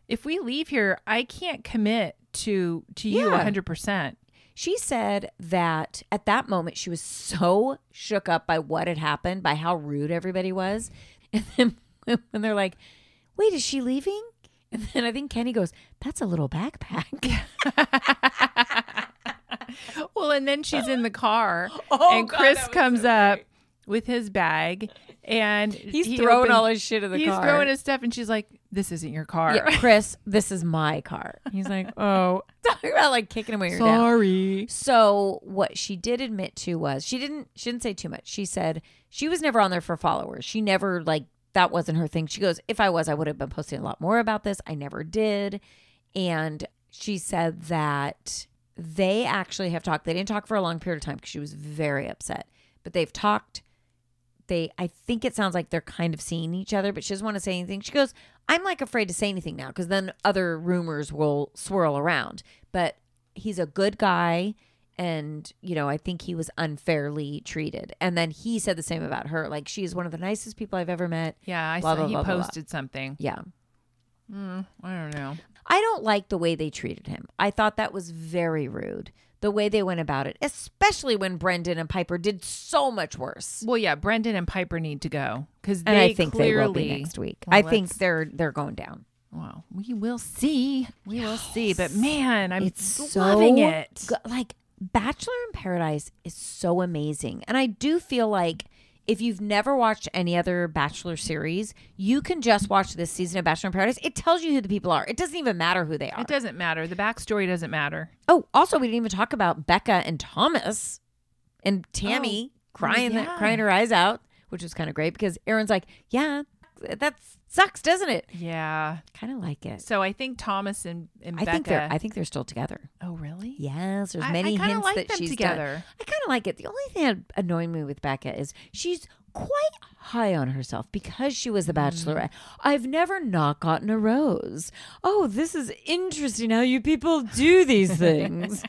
Speaker 5: if we leave here i can't commit to to you
Speaker 4: Yeah.
Speaker 5: 100%
Speaker 4: She said that at that moment she was so shook up by what had happened, by how rude everybody was. And then when they're like, wait, is she leaving? And then I think Kenny goes, that's a little backpack.
Speaker 5: well and then she's in the car
Speaker 4: Oh,
Speaker 5: and chris comes up with his bag and
Speaker 4: He's throwing all his shit in the
Speaker 5: he's
Speaker 4: car.
Speaker 5: throwing his stuff and she's like this isn't your car
Speaker 4: Yeah, Chris, this is my car. He's like, oh, talking about like kicking him when you're down.
Speaker 5: sorry
Speaker 4: So what she did admit to was she didn't she didn't say too much. She said she was never on there for followers. She never like that wasn't her thing. She goes, if I was, I would have been posting a lot more about this. I never did. And she said that they actually have talked. They didn't talk for a long period of time because she was very upset. But they've talked they I think it sounds like they're kind of seeing each other, but she doesn't want to say anything. She goes, I'm like afraid to say anything now because then other rumors will swirl around. But he's a good guy and you know, I think he was unfairly treated. And then he said the same about her. Like she is one of the nicest people I've ever met.
Speaker 5: yeah i
Speaker 4: Blah,
Speaker 5: saw
Speaker 4: blah,
Speaker 5: he
Speaker 4: blah, blah, blah.
Speaker 5: posted something
Speaker 4: Yeah.
Speaker 5: i don't know
Speaker 4: I don't like the way they treated him. I thought that was very rude. The way they went about it, especially when Brendan and Piper did so much worse.
Speaker 5: well yeah brendan and piper need to go because
Speaker 4: and
Speaker 5: they
Speaker 4: I think
Speaker 5: clearly Oh,
Speaker 4: they will be next week.
Speaker 5: Well,
Speaker 4: I think
Speaker 5: let's-
Speaker 4: they're they're going down.
Speaker 5: Well, we will see. We will see. But man, I'm
Speaker 4: it's so
Speaker 5: loving it.
Speaker 4: go- like Bachelor in Paradise is so amazing, and I do feel like if you've never watched any other Bachelor series, you can just watch this season of Bachelor in Paradise. It tells you who the people are. It doesn't even matter who they are.
Speaker 5: It doesn't matter. The backstory doesn't matter.
Speaker 4: Oh, also, we didn't even talk about Becca and Thomas and Tammy crying
Speaker 5: Oh, yeah.
Speaker 4: that crying her eyes out, which was kind of great because Aaron's like, "Yeah, that sucks, doesn't it?"
Speaker 5: Yeah.
Speaker 4: Kind of like it.
Speaker 5: So I think Thomas and, and
Speaker 4: I
Speaker 5: Becca.
Speaker 4: think they're I think they're still together.
Speaker 5: oh, really?
Speaker 4: Yes, there's
Speaker 5: I- I
Speaker 4: many
Speaker 5: kinda
Speaker 4: hints
Speaker 5: like
Speaker 4: that
Speaker 5: them
Speaker 4: she's Done.
Speaker 5: together.
Speaker 4: I kind of like it. The only thing that annoyed me with Becca is she's quite high on herself because she was the
Speaker 5: Mm-hmm.
Speaker 4: bachelorette. I've never not gotten a rose. Oh, this is interesting how you people do these things.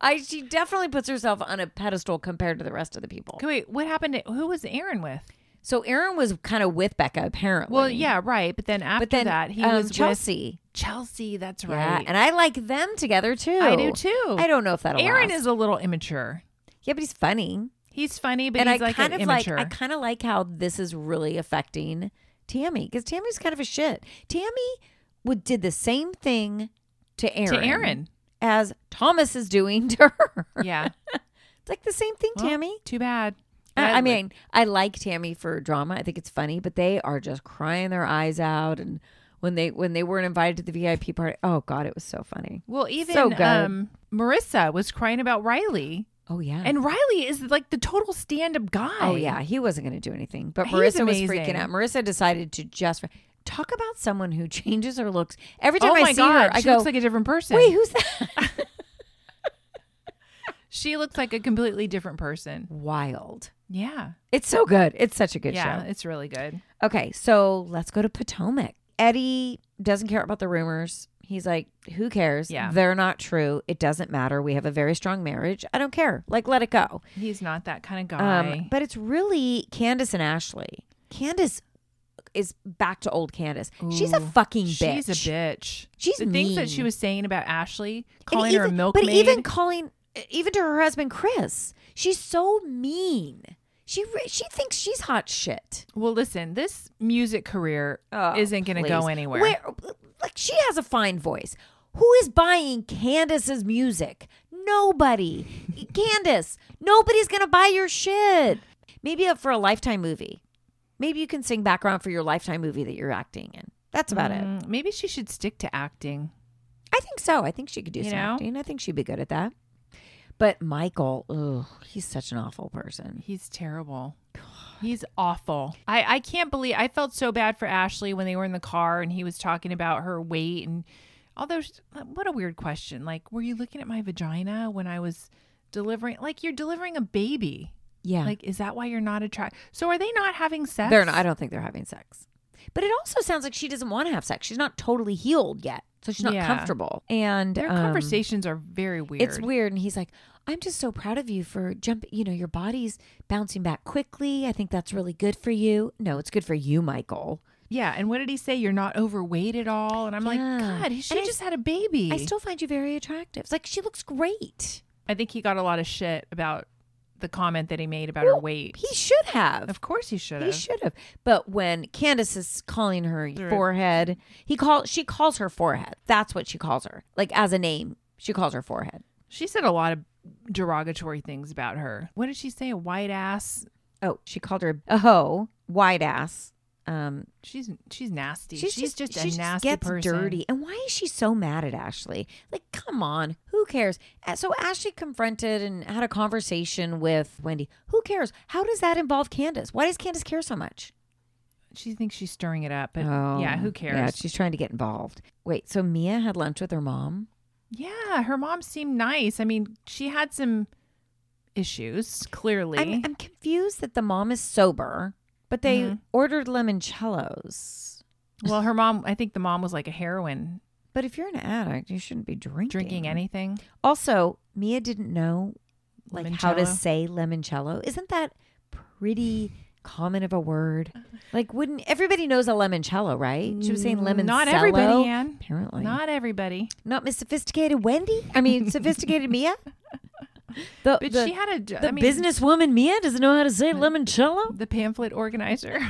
Speaker 4: I she definitely puts herself on a pedestal compared to the rest of the people.
Speaker 5: Okay, wait, what happened? To, who was Aaron with?
Speaker 4: So Aaron was kind of with Becca apparently.
Speaker 5: Well, yeah, right. But then after
Speaker 4: but then
Speaker 5: that, he
Speaker 4: um,
Speaker 5: was
Speaker 4: Chelsea.
Speaker 5: with Chelsea. That's
Speaker 4: Yeah,
Speaker 5: right.
Speaker 4: and I like them together too.
Speaker 5: I do too.
Speaker 4: I don't know if that'll
Speaker 5: Aaron
Speaker 4: last.
Speaker 5: is a little immature.
Speaker 4: yeah, but he's funny.
Speaker 5: He's funny, but
Speaker 4: and
Speaker 5: he's
Speaker 4: I
Speaker 5: like
Speaker 4: kind
Speaker 5: an
Speaker 4: of like
Speaker 5: immature.
Speaker 4: I kind of like how this is really affecting Tammy because Tammy's kind of a shit. Tammy would did the same thing to Aaron,
Speaker 5: Aaron.
Speaker 4: as Thomas is doing to her.
Speaker 5: yeah.
Speaker 4: it's like the same thing,
Speaker 5: Well,
Speaker 4: Tammy.
Speaker 5: Too bad.
Speaker 4: I, I mean, I like Tammy for drama. I think it's funny, but they are just crying their eyes out and. When they when they weren't invited to the VIP party, oh god, it was so funny.
Speaker 5: well, even
Speaker 4: so good.
Speaker 5: um, Marissa was crying about Riley,
Speaker 4: Oh yeah,
Speaker 5: and Riley is like the total stand-up guy.
Speaker 4: Oh yeah, he wasn't going to do anything. But
Speaker 5: He was
Speaker 4: Marissa was freaking
Speaker 5: amazing.
Speaker 4: out. Marissa decided to just talk about someone who changes her looks every time
Speaker 5: oh
Speaker 4: I
Speaker 5: my
Speaker 4: see
Speaker 5: god,
Speaker 4: her. I
Speaker 5: she
Speaker 4: go,
Speaker 5: looks like a different person.
Speaker 4: wait, who's that?
Speaker 5: she looks like a completely different person.
Speaker 4: Wild.
Speaker 5: Yeah,
Speaker 4: It's so good. It's such a good
Speaker 5: yeah,
Speaker 4: show.
Speaker 5: it's really good.
Speaker 4: Okay, so let's go to Potomac. Eddie doesn't care about the rumors. He's like, who cares?
Speaker 5: Yeah.
Speaker 4: They're not true. It doesn't matter. We have a very strong marriage. I don't care. Like, let it go.
Speaker 5: He's not that kind of guy.
Speaker 4: Um, but it's really Candace and Ashley. Candace is back to old Candace. she's a
Speaker 5: Ooh,
Speaker 4: fucking bitch.
Speaker 5: She's a bitch.
Speaker 4: She's
Speaker 5: the things that she
Speaker 4: mean.
Speaker 5: was saying about Ashley,
Speaker 4: And
Speaker 5: calling her a
Speaker 4: even-
Speaker 5: milkmaid.
Speaker 4: But even calling, even to her husband Chris, she's so mean. She re- she thinks she's hot shit.
Speaker 5: well, listen, this music career isn't going to go
Speaker 4: Oh, Please.
Speaker 5: anywhere.
Speaker 4: Where- like she has a fine voice. Who is buying Candace's music? Nobody. Candace, nobody's gonna buy your shit. Maybe up for a lifetime movie. Maybe you can sing background for your lifetime movie that you're acting in. That's about it.
Speaker 5: Mm, Maybe she should stick to acting.
Speaker 4: I think so. I think she could do
Speaker 5: You
Speaker 4: some
Speaker 5: know?
Speaker 4: acting. I think she'd be good at that. But Michael, ugh, he's such an awful person.
Speaker 5: He's terrible. He's awful. I, I can't believe I felt so bad for Ashley when they were in the car and he was talking about her weight and although she- what a weird question. Like, were you looking at my vagina when I was delivering? Like, you're delivering a baby.
Speaker 4: Yeah,
Speaker 5: Like, is that why you're not attracted? So are they not having sex?
Speaker 4: they're not. I don't think they're having sex. But it also sounds like she doesn't want to have sex. She's not totally healed yet, so she's not
Speaker 5: Yeah.
Speaker 4: comfortable. And
Speaker 5: Their
Speaker 4: um,
Speaker 5: conversations are very weird.
Speaker 4: It's weird. And he's like, I'm just so proud of you for jumping. You know, your body's bouncing back quickly. I think that's really good for you. No, it's good for you, Michael.
Speaker 5: Yeah. And what did he say? You're not overweight at all. And I'm
Speaker 4: Yeah.
Speaker 5: like, God, he- she
Speaker 4: And I
Speaker 5: just had a baby.
Speaker 4: I still find you very attractive. It's like she looks great.
Speaker 5: I think he got a lot of shit about the comment that he made about her weight.
Speaker 4: He should have.
Speaker 5: Of course he should
Speaker 4: He
Speaker 5: have.
Speaker 4: should have. But when Candace is calling her forehead, he call she calls her forehead. That's what she calls her. Like as a name, she calls her forehead.
Speaker 5: She said a lot of derogatory things about her. What did she say? A white ass.
Speaker 4: Oh, she called her a hoe, white ass. Um,
Speaker 5: She's she's nasty.
Speaker 4: she's,
Speaker 5: just,
Speaker 4: she
Speaker 5: a nasty
Speaker 4: gets
Speaker 5: person.
Speaker 4: dirty. And why is she so mad at Ashley? Like, come on, who cares? Uh, So Ashley confronted and had a conversation with Wendy. Who cares? How does that involve Candace? Why does Candace care so much?
Speaker 5: She thinks she's stirring it up, but
Speaker 4: Oh,
Speaker 5: yeah, who
Speaker 4: Yeah,
Speaker 5: cares?
Speaker 4: she's trying to get involved. Wait, so Mia had lunch with her mom.
Speaker 5: Yeah, her mom seemed nice. I mean, she had some issues clearly.
Speaker 4: I'm, I'm confused that the mom is sober, but they
Speaker 5: Mm-hmm.
Speaker 4: ordered limoncellos.
Speaker 5: well, her mom. I think the mom was like a heroin
Speaker 4: But if you're an addict, you shouldn't be drinking.
Speaker 5: drinking anything.
Speaker 4: Also, Mia didn't know like how to
Speaker 5: Limoncello?
Speaker 4: say limoncello. Isn't that pretty common of a word? Like, wouldn't everybody knows a limoncello, right? She was saying limoncello.
Speaker 5: Mm, Not everybody, Anne.
Speaker 4: Apparently, not,
Speaker 5: Not everybody.
Speaker 4: Miss Sophisticated Wendy. I mean, sophisticated Mia. The,
Speaker 5: But
Speaker 4: the-
Speaker 5: she had a d-
Speaker 4: the
Speaker 5: I mean,
Speaker 4: businesswoman Mia doesn't know how to say limoncello.
Speaker 5: the pamphlet organizer.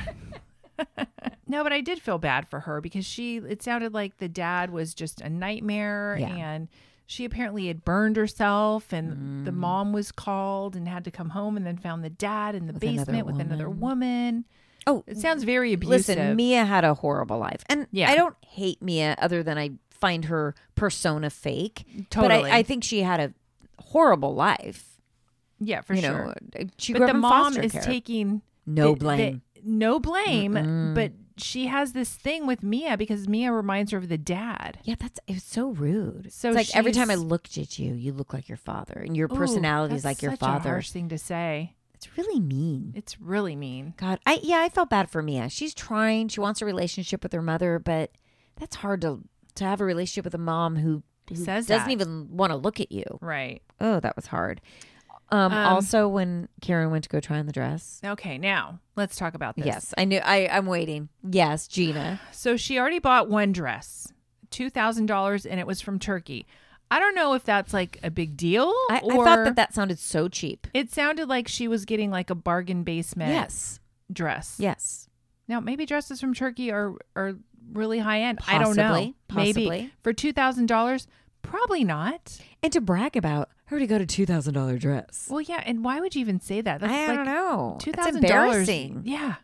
Speaker 5: No, but I did feel bad for her because she, it sounded like the dad was just a nightmare
Speaker 4: Yeah.
Speaker 5: and she apparently had burned herself
Speaker 4: Mm.
Speaker 5: and the mom was called and had to come home and then found the dad in the
Speaker 4: another
Speaker 5: basement with another woman.
Speaker 4: Oh,
Speaker 5: It sounds very abusive.
Speaker 4: listen, Mia had a horrible life, and
Speaker 5: Yeah.
Speaker 4: I don't hate Mia other than I find her persona fake.
Speaker 5: Totally.
Speaker 4: but I, I think she had a horrible life.
Speaker 5: yeah, for
Speaker 4: you
Speaker 5: sure.
Speaker 4: know, uh, she grew
Speaker 5: but
Speaker 4: up
Speaker 5: the
Speaker 4: in
Speaker 5: mom
Speaker 4: foster
Speaker 5: is
Speaker 4: care.
Speaker 5: taking
Speaker 4: No
Speaker 5: the- the-
Speaker 4: blame.
Speaker 5: no blame, but she has this thing with Mia because Mia reminds her of the dad.
Speaker 4: Yeah, that's it was so rude.
Speaker 5: So
Speaker 4: So it's like every time I
Speaker 5: she's-
Speaker 4: looked at you, you look like your father, and your
Speaker 5: Ooh,
Speaker 4: personality is
Speaker 5: that's
Speaker 4: like your
Speaker 5: such A
Speaker 4: father.
Speaker 5: harsh thing to say.
Speaker 4: It's really mean.
Speaker 5: It's really mean.
Speaker 4: God, I yeah, I felt bad for Mia. She's trying. She wants a relationship with her mother, but that's hard to to have a relationship with a mom who, who
Speaker 5: Says
Speaker 4: doesn't
Speaker 5: that.
Speaker 4: even want to look at you.
Speaker 5: Right.
Speaker 4: Oh, that was hard. Um, also, when Karen went to go try on the dress.
Speaker 5: Okay, now let's talk about this.
Speaker 4: Yes, I knew. I I'm waiting. Yes, Gina.
Speaker 5: So she already bought one dress, two thousand dollars, and it was from Turkey. I don't know if that's like a big deal.
Speaker 4: I, I
Speaker 5: or
Speaker 4: thought that that sounded so cheap.
Speaker 5: it sounded like she was getting like a bargain basement
Speaker 4: Yes.
Speaker 5: dress.
Speaker 4: Yes.
Speaker 5: Now maybe dresses from Turkey are are really high end. I don't know.
Speaker 4: Possibly.
Speaker 5: Maybe
Speaker 4: Possibly.
Speaker 5: for two thousand dollars, probably not.
Speaker 4: And to brag about her to go to two thousand dollar dress.
Speaker 5: Well, yeah, and why would you even say that? That's
Speaker 4: I
Speaker 5: like
Speaker 4: don't know.
Speaker 5: Two
Speaker 4: It's
Speaker 5: thousand dollars.
Speaker 4: embarrassing.
Speaker 5: Yeah,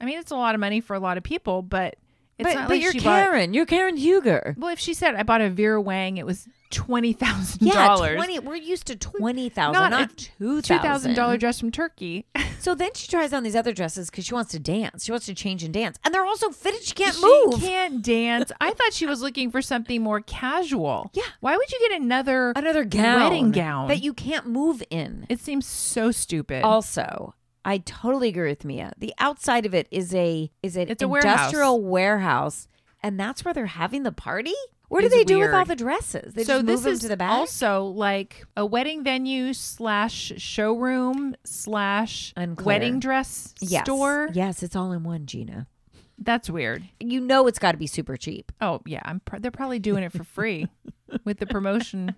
Speaker 5: I mean it's a lot of money for a lot of people, but it's
Speaker 4: but
Speaker 5: not
Speaker 4: but
Speaker 5: like
Speaker 4: you're
Speaker 5: she bought
Speaker 4: Karen. You're Karen Huger.
Speaker 5: Well, if she said I bought a Vera Wang, it was twenty thousand
Speaker 4: Yeah,
Speaker 5: dollars.
Speaker 4: twenty. We're used to twenty thousand,
Speaker 5: Not
Speaker 4: not,
Speaker 5: a
Speaker 4: two
Speaker 5: Two thousand dollar
Speaker 4: thousand.
Speaker 5: dress from Turkey.
Speaker 4: So then she tries on these other dresses because she wants to dance. She wants to change and dance, and they're all so fitted she can't
Speaker 5: She
Speaker 4: move.
Speaker 5: can't dance. I thought she was looking for something more casual.
Speaker 4: Yeah.
Speaker 5: Why would you get another
Speaker 4: Another gown,
Speaker 5: wedding gown
Speaker 4: that you can't move in.
Speaker 5: It seems so stupid.
Speaker 4: Also, I totally agree with Mia. The outside of it is a is an
Speaker 5: It's a warehouse.
Speaker 4: industrial warehouse. and that's where they're having the party. What do
Speaker 5: It's
Speaker 4: they do with all
Speaker 5: weird.
Speaker 4: the dresses? They
Speaker 5: so
Speaker 4: just
Speaker 5: this
Speaker 4: move
Speaker 5: is
Speaker 4: them to the back.
Speaker 5: also like a wedding venue slash showroom slash
Speaker 4: Unclear.
Speaker 5: wedding dress
Speaker 4: Yes.
Speaker 5: store.
Speaker 4: Yes, it's all in one, Gina.
Speaker 5: That's weird.
Speaker 4: You know it's got to be super cheap.
Speaker 5: Oh yeah, I'm pr- they're probably doing it for free with the promotion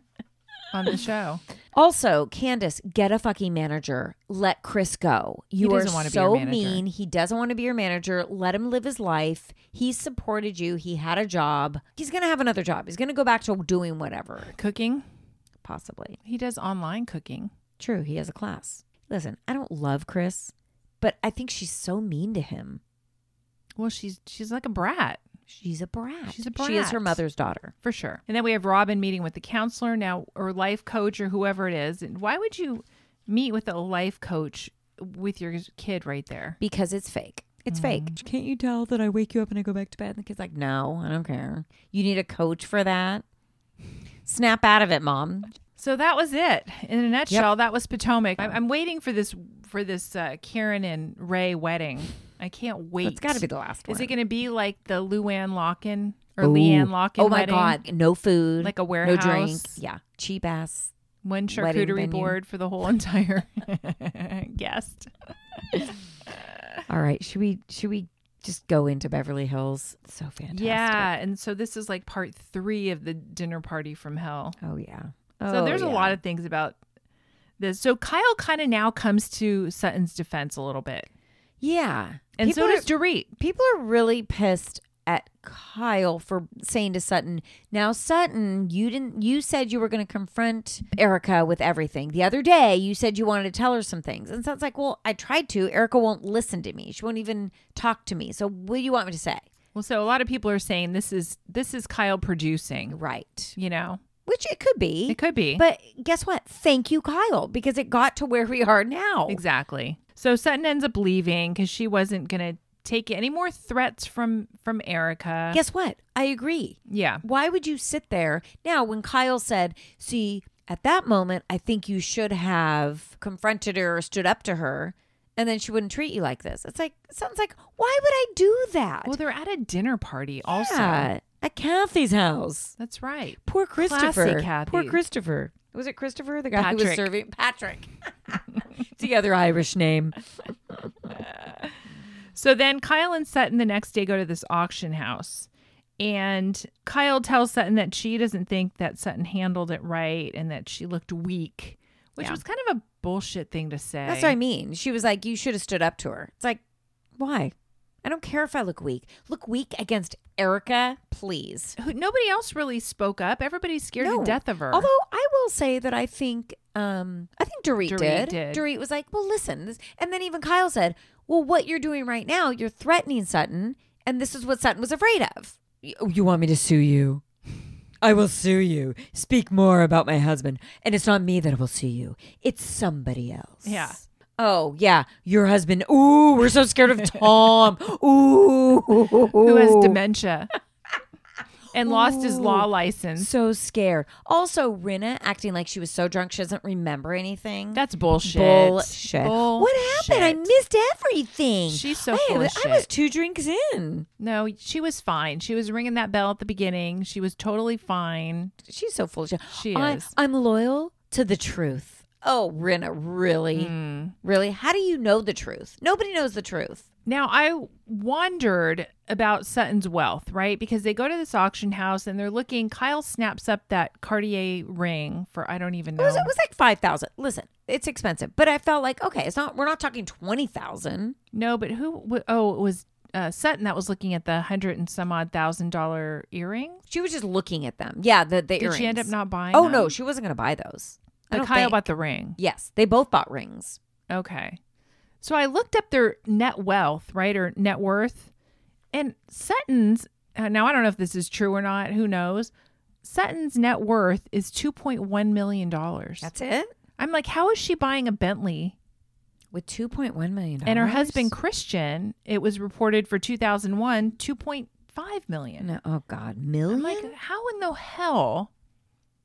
Speaker 5: on the show.
Speaker 4: Also, Candace, get a fucking manager. Let Chris go. You are
Speaker 5: doesn't wanna be your
Speaker 4: so
Speaker 5: manager.
Speaker 4: mean. He doesn't want to be your manager. Let him live his life. He supported you. He had a job. He's going to have another job. He's going to go back to doing whatever,
Speaker 5: Cooking.
Speaker 4: possibly.
Speaker 5: He does online cooking.
Speaker 4: True, he has a class. Listen, I don't love Chris, but I think she's so mean to him.
Speaker 5: Well, she's she's like a brat
Speaker 4: She's a brat.
Speaker 5: She's a
Speaker 4: She is her
Speaker 5: brat.
Speaker 4: mother's daughter.
Speaker 5: for sure. And then we have Robin meeting with the counselor now or life coach or whoever it is. And why would you meet with a life coach with your kid right there?
Speaker 4: because it's fake. It's fake. Can't you tell that I wake you up and I go back to bed? And the kid's like, no, I don't care. You need a coach for that. Snap out of it, mom.
Speaker 5: So that was it in a nutshell. That was Potomac. I'm, I'm waiting for this for this uh, Karen and Ray wedding. I can't wait.
Speaker 4: That's got to be the last one.
Speaker 5: Is it going to be like the Luann Locken or
Speaker 4: Ooh.
Speaker 5: Leanne Locken?
Speaker 4: Oh my
Speaker 5: wedding?
Speaker 4: God. No food.
Speaker 5: Like a
Speaker 4: No drink.
Speaker 5: warehouse?
Speaker 4: Yeah. Cheap ass.
Speaker 5: One
Speaker 4: Wedding
Speaker 5: charcuterie
Speaker 4: venue.
Speaker 5: board for the whole entire guest.
Speaker 4: All right. Should we, should we just go into Beverly Hills? It's so fantastic.
Speaker 5: Yeah, and so this is like part three of the dinner party from hell.
Speaker 4: Oh yeah.
Speaker 5: so
Speaker 4: Oh,
Speaker 5: there's a
Speaker 4: yeah.
Speaker 5: lot of things about this. So Kyle kind of now comes to Sutton's defense a little bit,
Speaker 4: Yeah.
Speaker 5: and
Speaker 4: People
Speaker 5: so
Speaker 4: are-
Speaker 5: does Dorit.
Speaker 4: people are really pissed at Kyle for saying to Sutton, "Now Sutton, you didn't you said you were going to confront Erica with everything. The other day, you said you wanted to tell her some things." And Sutton's like, "Well, I tried to. Erica won't listen to me. She won't even talk to me. So what do you want me to say?"
Speaker 5: Well, so a lot of people are saying this is this is Kyle producing,
Speaker 4: Right.
Speaker 5: you know,
Speaker 4: Which it could be.
Speaker 5: it could be
Speaker 4: But guess what? Thank you, Kyle, because it got to where we are now.
Speaker 5: exactly. So Sutton ends up leaving because she wasn't gonna take any more threats from from Erica.
Speaker 4: Guess what? I agree.
Speaker 5: Yeah,
Speaker 4: Why would you sit there? Now, when Kyle said, see, at that moment, I think you should have confronted her or stood up to her, and then she wouldn't treat you like this. It's like, it sounds like, why would I do that?
Speaker 5: Well, they're at a dinner party also.
Speaker 4: Yeah, at Kathy's house.
Speaker 5: That's right.
Speaker 4: Poor Christopher.
Speaker 5: Kathy.
Speaker 4: Poor Christopher. Was it Christopher? The guy who was
Speaker 5: Patrick.
Speaker 4: serving? Patrick. it's the other Irish name.
Speaker 5: So then Kyle and Sutton the next day go to this auction house. And Kyle tells Sutton that she doesn't think that Sutton handled it right and that she looked weak, which was kind of a bullshit thing to say.
Speaker 4: That's what I mean. She was like, you should have stood up to her. It's like, why? I don't care if I look weak. Look weak against Erica, please.
Speaker 5: Who, nobody else really spoke up. Everybody's scared
Speaker 4: No.
Speaker 5: to death of her.
Speaker 4: Although I will say that I think um I think Dorit,
Speaker 5: Dorit
Speaker 4: did.
Speaker 5: did.
Speaker 4: Dorit was like, "Well, listen," this, and then even Kyle said, "Well, what you're doing right now, you're threatening Sutton, and this is what Sutton was afraid of." "Y- oh, You want me to sue you? I will sue you. Speak more about my husband, and it's not me that will sue you. It's somebody else.
Speaker 5: Yeah.
Speaker 4: Oh yeah, your husband. Ooh, we're so scared of Tom. Ooh,
Speaker 5: who has dementia and lost his law license.
Speaker 4: so scared. Also, Rinna acting like she was so drunk she doesn't remember anything.
Speaker 5: That's bullshit.
Speaker 4: bullshit. What happened? I
Speaker 5: Bullshit.
Speaker 4: missed everything.
Speaker 5: She's so
Speaker 4: I,
Speaker 5: full of
Speaker 4: was- I was
Speaker 5: shit.
Speaker 4: two drinks in.
Speaker 5: No, she was fine. She was ringing that bell at the beginning. She was totally fine.
Speaker 4: She's so full of shit.
Speaker 5: She
Speaker 4: I,
Speaker 5: is.
Speaker 4: I'm loyal to the truth. Oh, Rinna, really? Really? How do you know the truth? Nobody knows the truth.
Speaker 5: Now, I wondered about Sutton's wealth, right? Because they go to this auction house and they're looking. Kyle snaps up that Cartier ring for I don't even know.
Speaker 4: It was, it was like five thousand. Listen, it's expensive, but I felt like okay, it's not. We're not talking twenty thousand.
Speaker 5: no, but who? wh- Oh, it was uh, Sutton that was looking at the hundred and some odd thousand dollar earring.
Speaker 4: She was just looking at them. Yeah, the the
Speaker 5: Did
Speaker 4: earrings.
Speaker 5: she end up not buying?
Speaker 4: Oh
Speaker 5: them?
Speaker 4: no, she wasn't going to buy those. I
Speaker 5: But
Speaker 4: don't
Speaker 5: Kyle
Speaker 4: think.
Speaker 5: bought the ring.
Speaker 4: Yes, they both bought rings.
Speaker 5: Okay. So I looked up their net wealth, right, or net worth, and Sutton's. uh, Now I don't know if this is true or not. Who knows? Sutton's net worth is two point one million dollars.
Speaker 4: That's it.
Speaker 5: I'm like, how is she buying a Bentley?
Speaker 4: With two point one million
Speaker 5: And her husband Christian, it was reported for 2001, 2.5 million.
Speaker 4: No, oh God,
Speaker 5: I'm
Speaker 4: million.
Speaker 5: like, how in the hell?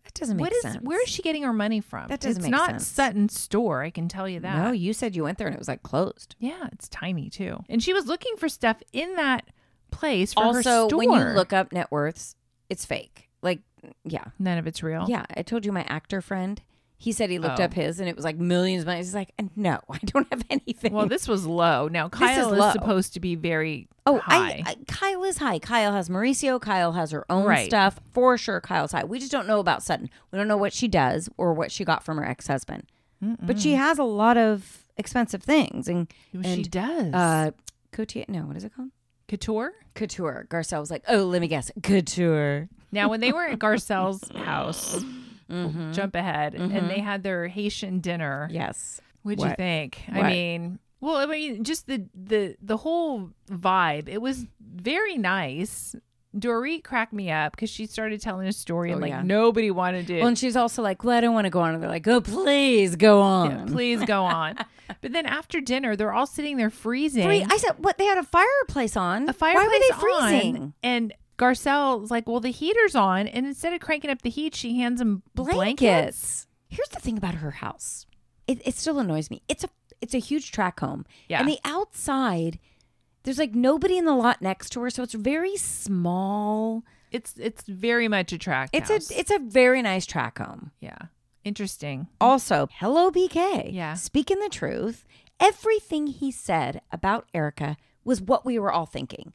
Speaker 4: that doesn't make
Speaker 5: What is?
Speaker 4: sense.
Speaker 5: Where is she getting her money from?
Speaker 4: That doesn't
Speaker 5: it's
Speaker 4: make
Speaker 5: not
Speaker 4: sense.
Speaker 5: Sutton's store. I can tell you that.
Speaker 4: No, you said you went there and it was like closed.
Speaker 5: Yeah, it's tiny too. And she was looking for stuff in that place for
Speaker 4: also,
Speaker 5: her store.
Speaker 4: when you look up net worths, it's fake. Like, yeah,
Speaker 5: none of it's real.
Speaker 4: yeah. I told you my actor friend. He said he looked
Speaker 5: Oh.
Speaker 4: up his and it was like millions of money. He's like, no, I don't have anything.
Speaker 5: Well, this was low. Now Kyle
Speaker 4: is
Speaker 5: is,
Speaker 4: low.
Speaker 5: supposed to be very
Speaker 4: Oh,
Speaker 5: high.
Speaker 4: I, I Kyle is high. Kyle has Mauricio. Kyle has her own
Speaker 5: Right.
Speaker 4: stuff for sure. Kyle's high. We just don't know about Sutton. We don't know what she does or what she got from her ex husband. But she has a lot of expensive things and
Speaker 5: she
Speaker 4: and,
Speaker 5: does
Speaker 4: Uh, Couture. No, what is it called?
Speaker 5: couture.
Speaker 4: Couture. Garcelle was like, oh, let me guess, couture.
Speaker 5: Now, when they were at Garcelle's house,
Speaker 4: Mm-hmm.
Speaker 5: we'll jump ahead, and they had their Haitian dinner.
Speaker 4: Yes.
Speaker 5: What'd you
Speaker 4: What?
Speaker 5: think?
Speaker 4: What?
Speaker 5: I mean, well, I mean, just the the the whole vibe. It was very nice. Dorit cracked me up because she started telling a story and
Speaker 4: Oh,
Speaker 5: like
Speaker 4: yeah.
Speaker 5: nobody wanted to.
Speaker 4: Well, and she's also like, well, I don't want to go on. And they're like, oh, please go on.
Speaker 5: Yeah, please go on. but then after dinner, they're all sitting there freezing.
Speaker 4: Free- I said, what? They had a fireplace on.
Speaker 5: a fireplace
Speaker 4: Why were they freezing?
Speaker 5: on, and Garcelle's like, "Well, the heater's on," and instead of cranking up the heat, she hands him blankets.
Speaker 4: blankets. Here's the thing about her house. It, it still annoys me. It's a it's a huge track home.
Speaker 5: Yeah.
Speaker 4: And the outside, there's like nobody in the lot next to her, so it's very small.
Speaker 5: It's it's very much a track.
Speaker 4: It's
Speaker 5: house.
Speaker 4: a it's a very nice track home.
Speaker 5: yeah, interesting.
Speaker 4: Also, hello BK.
Speaker 5: Yeah.
Speaker 4: Speaking the truth, everything he said about Erica was what we were all thinking.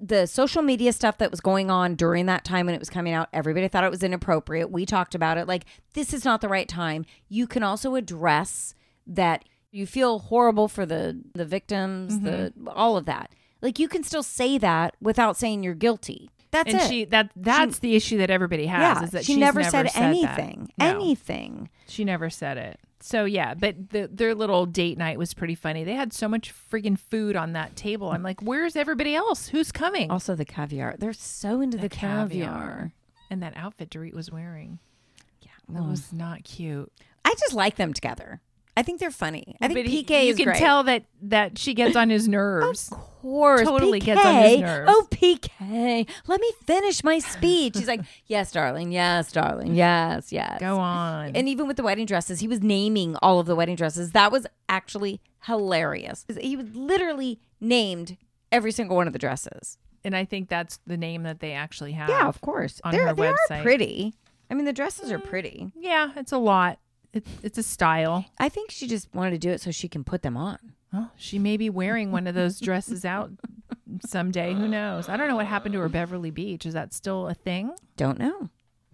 Speaker 4: The social media stuff that was going on during that time when it was coming out, everybody thought it was inappropriate. We talked about it like this is not the right time. You can also address that you feel horrible for the the victims,
Speaker 5: Mm-hmm.
Speaker 4: the all of that. Like you can still say that without saying you're guilty. That's
Speaker 5: and
Speaker 4: it.
Speaker 5: she that that's the issue that everybody has
Speaker 4: yeah,
Speaker 5: is that
Speaker 4: she
Speaker 5: she's
Speaker 4: never, said,
Speaker 5: that.
Speaker 4: anything.
Speaker 5: No,
Speaker 4: Anything.
Speaker 5: she never said it. So yeah, but the, their little date night was pretty funny. They had so much friggin' food on that table. I'm like, where's everybody else? Who's coming?
Speaker 4: Also the caviar. They're so into the, caviar.
Speaker 5: and that outfit Dorit was wearing. Yeah, Mm. that was not cute.
Speaker 4: I just like them together. I think they're funny. I think
Speaker 5: but he-
Speaker 4: PK is
Speaker 5: you can
Speaker 4: great.
Speaker 5: tell that that she gets on his nerves.
Speaker 4: Of course,
Speaker 5: totally
Speaker 4: PK.
Speaker 5: gets on his nerves.
Speaker 4: Oh, PK, let me finish my speech. He's like, "Yes, darling. Yes, darling. Yes, yes."
Speaker 5: Go on.
Speaker 4: And even with the wedding dresses, he was naming all of the wedding dresses. That was actually hilarious. He was literally named every single one of the dresses.
Speaker 5: and I think that's the name that they actually have.
Speaker 4: Yeah, of course.
Speaker 5: on
Speaker 4: They're,
Speaker 5: her
Speaker 4: they are
Speaker 5: website. Mm.
Speaker 4: pretty. I mean, the dresses are pretty.
Speaker 5: Yeah, it's a lot. It's, it's a style.
Speaker 4: I think she just wanted to do it so she can put them on.
Speaker 5: Well, she may be wearing one of those dresses out someday. Who knows? I don't know what happened to her Beverly Beach. Is that still a thing?
Speaker 4: Don't know.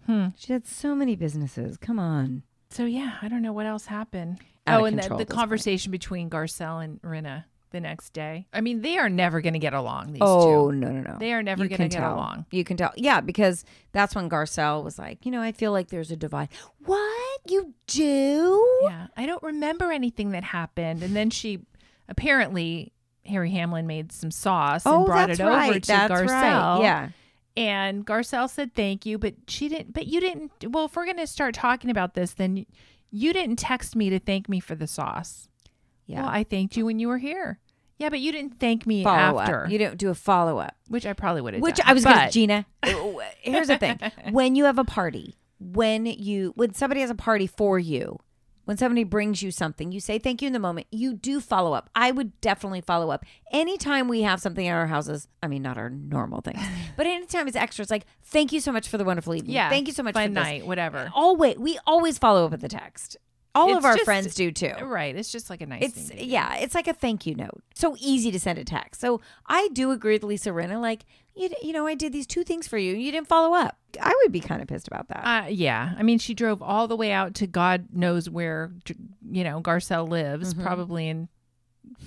Speaker 5: Hmm.
Speaker 4: She had so many businesses. Come on.
Speaker 5: So yeah, I don't know what else happened.
Speaker 4: Out of
Speaker 5: oh, and
Speaker 4: control
Speaker 5: the, the
Speaker 4: at this point.
Speaker 5: conversation between Garcelle and Rinna. the next day. I mean, they are never going to get along. These
Speaker 4: Oh
Speaker 5: two.
Speaker 4: no no no!
Speaker 5: They are never
Speaker 4: You
Speaker 5: gonna
Speaker 4: can
Speaker 5: get
Speaker 4: tell.
Speaker 5: along.
Speaker 4: You can tell, yeah, because that's when Garcelle was like, you know, I feel like there's a divide. What you do?
Speaker 5: Yeah, I don't remember anything that happened. And then she apparently Harry Hamlin made some sauce and
Speaker 4: Oh,
Speaker 5: brought
Speaker 4: that's
Speaker 5: it over
Speaker 4: right.
Speaker 5: to
Speaker 4: that's
Speaker 5: Garcelle.
Speaker 4: right. Yeah.
Speaker 5: and Garcelle said thank you, but she didn't. But you didn't. Well, if we're gonna start talking about this, then you didn't text me to thank me for the sauce.
Speaker 4: Yeah.
Speaker 5: Well, I thanked you when you were here. Yeah, but you didn't thank me
Speaker 4: follow
Speaker 5: after,
Speaker 4: up. You don't do a follow up.
Speaker 5: which I probably would have.
Speaker 4: Which
Speaker 5: done.
Speaker 4: I was going to
Speaker 5: But-
Speaker 4: Gina. Here's the thing: when you have a party, when you when somebody has a party for you, when somebody brings you something, you say thank you in the moment. You do follow up. I would definitely follow up anytime we have something in our houses. I mean, not our normal things, but anytime it's extra, it's like thank you so much for the wonderful evening.
Speaker 5: Yeah,
Speaker 4: thank you so much
Speaker 5: fun
Speaker 4: for this."
Speaker 5: night, whatever.
Speaker 4: Always, we always follow up with the text. All of
Speaker 5: It's
Speaker 4: our
Speaker 5: just-
Speaker 4: friends do too.
Speaker 5: Right. It's just like a nice.
Speaker 4: It's
Speaker 5: thing to do.
Speaker 4: yeah, it's like a thank you note. So easy to send a text. So I do agree with Lisa Rinna. Like you, d- you know, I did these two things for you. and You didn't follow up. I would be kind of pissed about that.
Speaker 5: Uh, yeah. I mean, she drove all the way out to God knows where, you know, Garcelle lives, probably in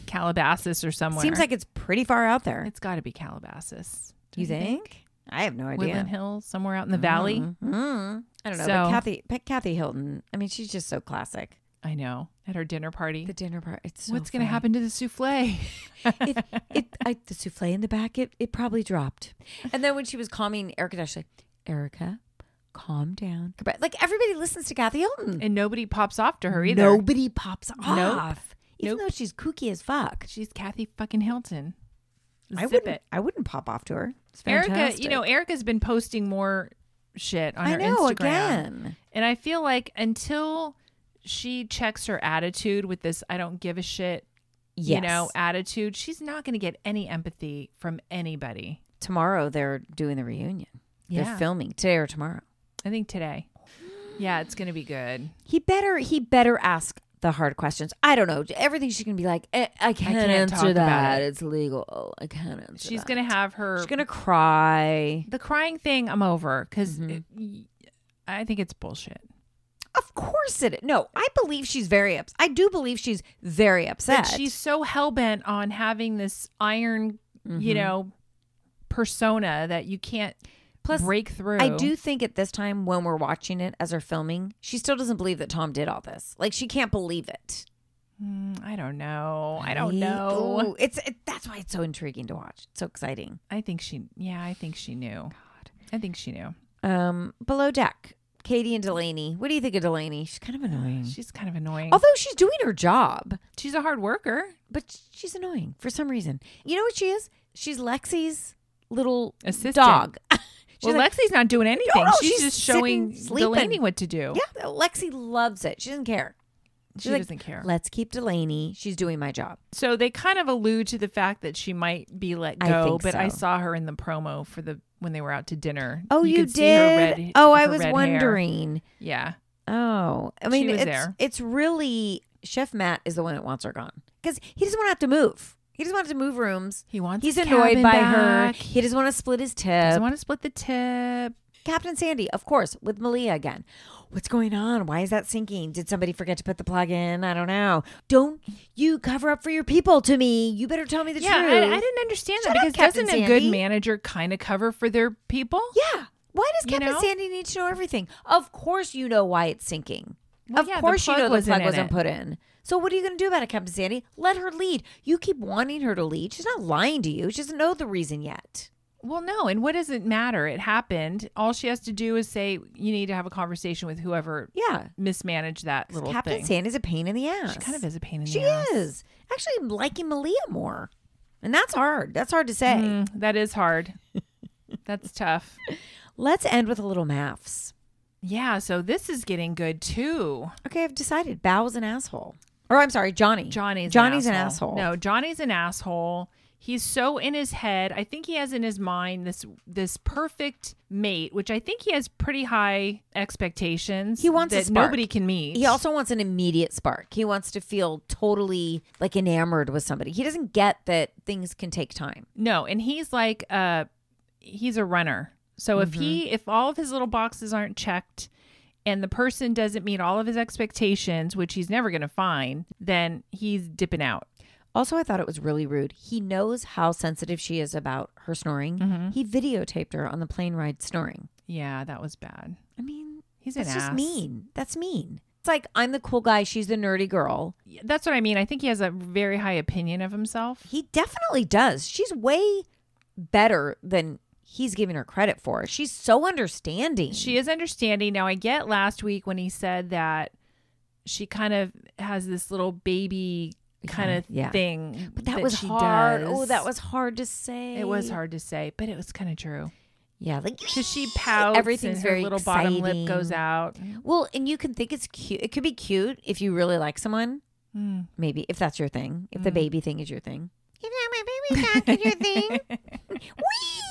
Speaker 5: Calabasas or somewhere.
Speaker 4: Mm-hmm. Seems like it's pretty far out there.
Speaker 5: it's got to be Calabasas. don't
Speaker 4: you think? I have no idea. Mm-hmm.
Speaker 5: Woodland Hills, somewhere out in the valley.
Speaker 4: Mhm. I don't know.
Speaker 5: So-
Speaker 4: But Kathy, but Kathy Hilton. I mean, she's just so classic.
Speaker 5: I know. At her dinner party.
Speaker 4: The dinner part. It's so
Speaker 5: What's going to
Speaker 4: funny.
Speaker 5: happen to the souffle?
Speaker 4: it, it, I, the souffle in the back, it, it probably dropped. And then when she was calming Erica, Dash, like, Erica, calm down. But like everybody listens to Kathy Hilton.
Speaker 5: and nobody pops off to her either.
Speaker 4: Nobody pops off. Even
Speaker 5: Nope.
Speaker 4: though she's kooky as fuck.
Speaker 5: She's Kathy fucking Hilton. Zip
Speaker 4: I wouldn't
Speaker 5: it.
Speaker 4: I wouldn't pop off to her. It's
Speaker 5: Erica,
Speaker 4: fantastic.
Speaker 5: you know, Erica's been posting more shit on
Speaker 4: I
Speaker 5: her
Speaker 4: know
Speaker 5: Instagram.
Speaker 4: again.
Speaker 5: And I feel like until she checks her attitude with this I don't give a shit,
Speaker 4: Yes.
Speaker 5: you know, attitude, she's not going to get any empathy from anybody.
Speaker 4: tomorrow they're doing the reunion. They're
Speaker 5: Yeah.
Speaker 4: filming today or tomorrow.
Speaker 5: I think today. Yeah, it's going to be good.
Speaker 4: He better he better ask the hard questions. I don't know. Everything she can be like, eh, I can't,
Speaker 5: can't
Speaker 4: answer
Speaker 5: talk about
Speaker 4: that.
Speaker 5: it.
Speaker 4: It's legal. Oh, I can't answer
Speaker 5: She's
Speaker 4: that.
Speaker 5: going to have her
Speaker 4: She's gonna cry.
Speaker 5: the crying thing I'm over because I think it's bullshit.
Speaker 4: Of course it. No, I believe she's very upset. I do believe she's very upset.
Speaker 5: But she's so hell bent on having this iron, you know, persona that you can't
Speaker 4: Plus,
Speaker 5: break through.
Speaker 4: I do think at this time when we're watching it as they're filming, she still doesn't believe that Tom did all this. Like she can't believe it.
Speaker 5: Mm, I don't know. I don't
Speaker 4: He-
Speaker 5: know.
Speaker 4: Ooh, it's it, that's why it's so intriguing to watch. It's so exciting.
Speaker 5: I think she. Yeah, I think she knew. God, I think she knew.
Speaker 4: Um, below deck, Katie and Delaney. What do you think of Delaney? She's kind of annoying.
Speaker 5: She's kind of annoying.
Speaker 4: Although she's doing her job,
Speaker 5: she's a hard worker.
Speaker 4: but she's annoying for some reason. You know what she is? She's Lexi's little
Speaker 5: Assistant.
Speaker 4: dog. she's
Speaker 5: well,
Speaker 4: like,
Speaker 5: Lexi's not doing anything.
Speaker 4: no,
Speaker 5: she's,
Speaker 4: she's
Speaker 5: just showing
Speaker 4: sitting, sleeping.
Speaker 5: Delaney what to do.
Speaker 4: Yeah, Lexi loves it. She doesn't care.
Speaker 5: she
Speaker 4: She's like,
Speaker 5: doesn't care.
Speaker 4: Let's keep Delaney. She's doing my job.
Speaker 5: So they kind of allude to the fact that she might be let
Speaker 4: I
Speaker 5: go,
Speaker 4: think
Speaker 5: but I
Speaker 4: so.
Speaker 5: saw her in the promo for the when they were out to dinner.
Speaker 4: Oh, you,
Speaker 5: could
Speaker 4: did.
Speaker 5: see her red-
Speaker 4: oh, I
Speaker 5: her
Speaker 4: was
Speaker 5: red hair.
Speaker 4: wondering.
Speaker 5: Yeah,
Speaker 4: Oh, I mean,
Speaker 5: was
Speaker 4: it's
Speaker 5: there.
Speaker 4: it's really Chef Matt is the one that wants her gone because he doesn't want to have to move. He doesn't want to move rooms.
Speaker 5: he wants.
Speaker 4: He's
Speaker 5: his
Speaker 4: annoyed
Speaker 5: cabin
Speaker 4: by
Speaker 5: back.
Speaker 4: her. He doesn't want to split his tip.
Speaker 5: Doesn't want to split the tip.
Speaker 4: Captain Sandy, of course, with Malia again. What's going on? Why is that sinking? Did somebody forget to put the plug in? I don't know. Don't you cover up for your people to me. You better tell me the
Speaker 5: Yeah,
Speaker 4: truth.
Speaker 5: I, I didn't understand
Speaker 4: Shut
Speaker 5: that
Speaker 4: up,
Speaker 5: because
Speaker 4: Captain
Speaker 5: doesn't a good
Speaker 4: Sandy.
Speaker 5: manager kind of cover for their people?
Speaker 4: Yeah. Why does
Speaker 5: You
Speaker 4: Captain
Speaker 5: know?
Speaker 4: Sandy need to know everything? Of course, you know why it's sinking.
Speaker 5: Well,
Speaker 4: of
Speaker 5: yeah, the
Speaker 4: course, you
Speaker 5: plug
Speaker 4: know the
Speaker 5: wasn't
Speaker 4: plug
Speaker 5: in
Speaker 4: wasn't
Speaker 5: it.
Speaker 4: put in. So, what are you going to do about it, Captain Sandy? Let her lead. You keep wanting her to lead. She's not lying to you. She doesn't know the reason yet.
Speaker 5: Well, no. And what does it matter? It happened. All she has to do is say, "You need to have a conversation with whoever
Speaker 4: Yeah.
Speaker 5: mismanaged that little
Speaker 4: Captain
Speaker 5: thing."
Speaker 4: Sandy's a pain in the ass.
Speaker 5: She kind of is a pain in
Speaker 4: She
Speaker 5: the ass.
Speaker 4: is. Actually, I'm liking Malia more. And that's hard. That's hard to say.
Speaker 5: Mm, that is hard. That's tough.
Speaker 4: Let's end with a little maths.
Speaker 5: Yeah, so this is getting good too.
Speaker 4: Okay, I've decided. Bow's an asshole. Or I'm sorry, Johnny.
Speaker 5: Johnny's
Speaker 4: Johnny's
Speaker 5: an
Speaker 4: an
Speaker 5: asshole. No, Johnny's an asshole. He's so in his head. I think he has in his mind this this perfect mate, which I think he has pretty high expectations.
Speaker 4: He wants a
Speaker 5: that
Speaker 4: spark.
Speaker 5: nobody can meet.
Speaker 4: He also wants an immediate spark. He wants to feel totally like enamored with somebody. He doesn't get that things can take time.
Speaker 5: no, and he's like uh he's a runner. So if
Speaker 4: Mm-hmm.
Speaker 5: he if all of his little boxes aren't checked and the person doesn't meet all of his expectations, which he's never going to find, then he's dipping out.
Speaker 4: Also, I thought it was really rude. He knows how sensitive she is about her snoring.
Speaker 5: Mm-hmm.
Speaker 4: He videotaped her on the plane ride snoring.
Speaker 5: Yeah, that was bad.
Speaker 4: I mean,
Speaker 5: He's an
Speaker 4: that's
Speaker 5: ass.
Speaker 4: just mean. That's mean. It's like I'm the cool guy, she's the nerdy girl.
Speaker 5: Yeah, That's what I mean. I think he has a very high opinion of himself.
Speaker 4: He definitely does. She's way better than he's giving her credit for. She's so understanding.
Speaker 5: She is understanding. Now, I get last week when he said that she kind of has this little baby kind of
Speaker 4: Yeah, yeah.
Speaker 5: thing.
Speaker 4: but that, was hard. Oh, that
Speaker 5: was.
Speaker 4: was hard to say.
Speaker 5: It was hard to say, but it was kind of true.
Speaker 4: Yeah, like
Speaker 5: Because she pouts,
Speaker 4: Everything's
Speaker 5: and her
Speaker 4: very
Speaker 5: little bottom lip goes
Speaker 4: exciting.
Speaker 5: out.
Speaker 4: Well, and you can think it's cute. It could be cute if you really like someone. Maybe if that's your thing. If the baby thing is your thing. If not my baby talk is your thing. Whee!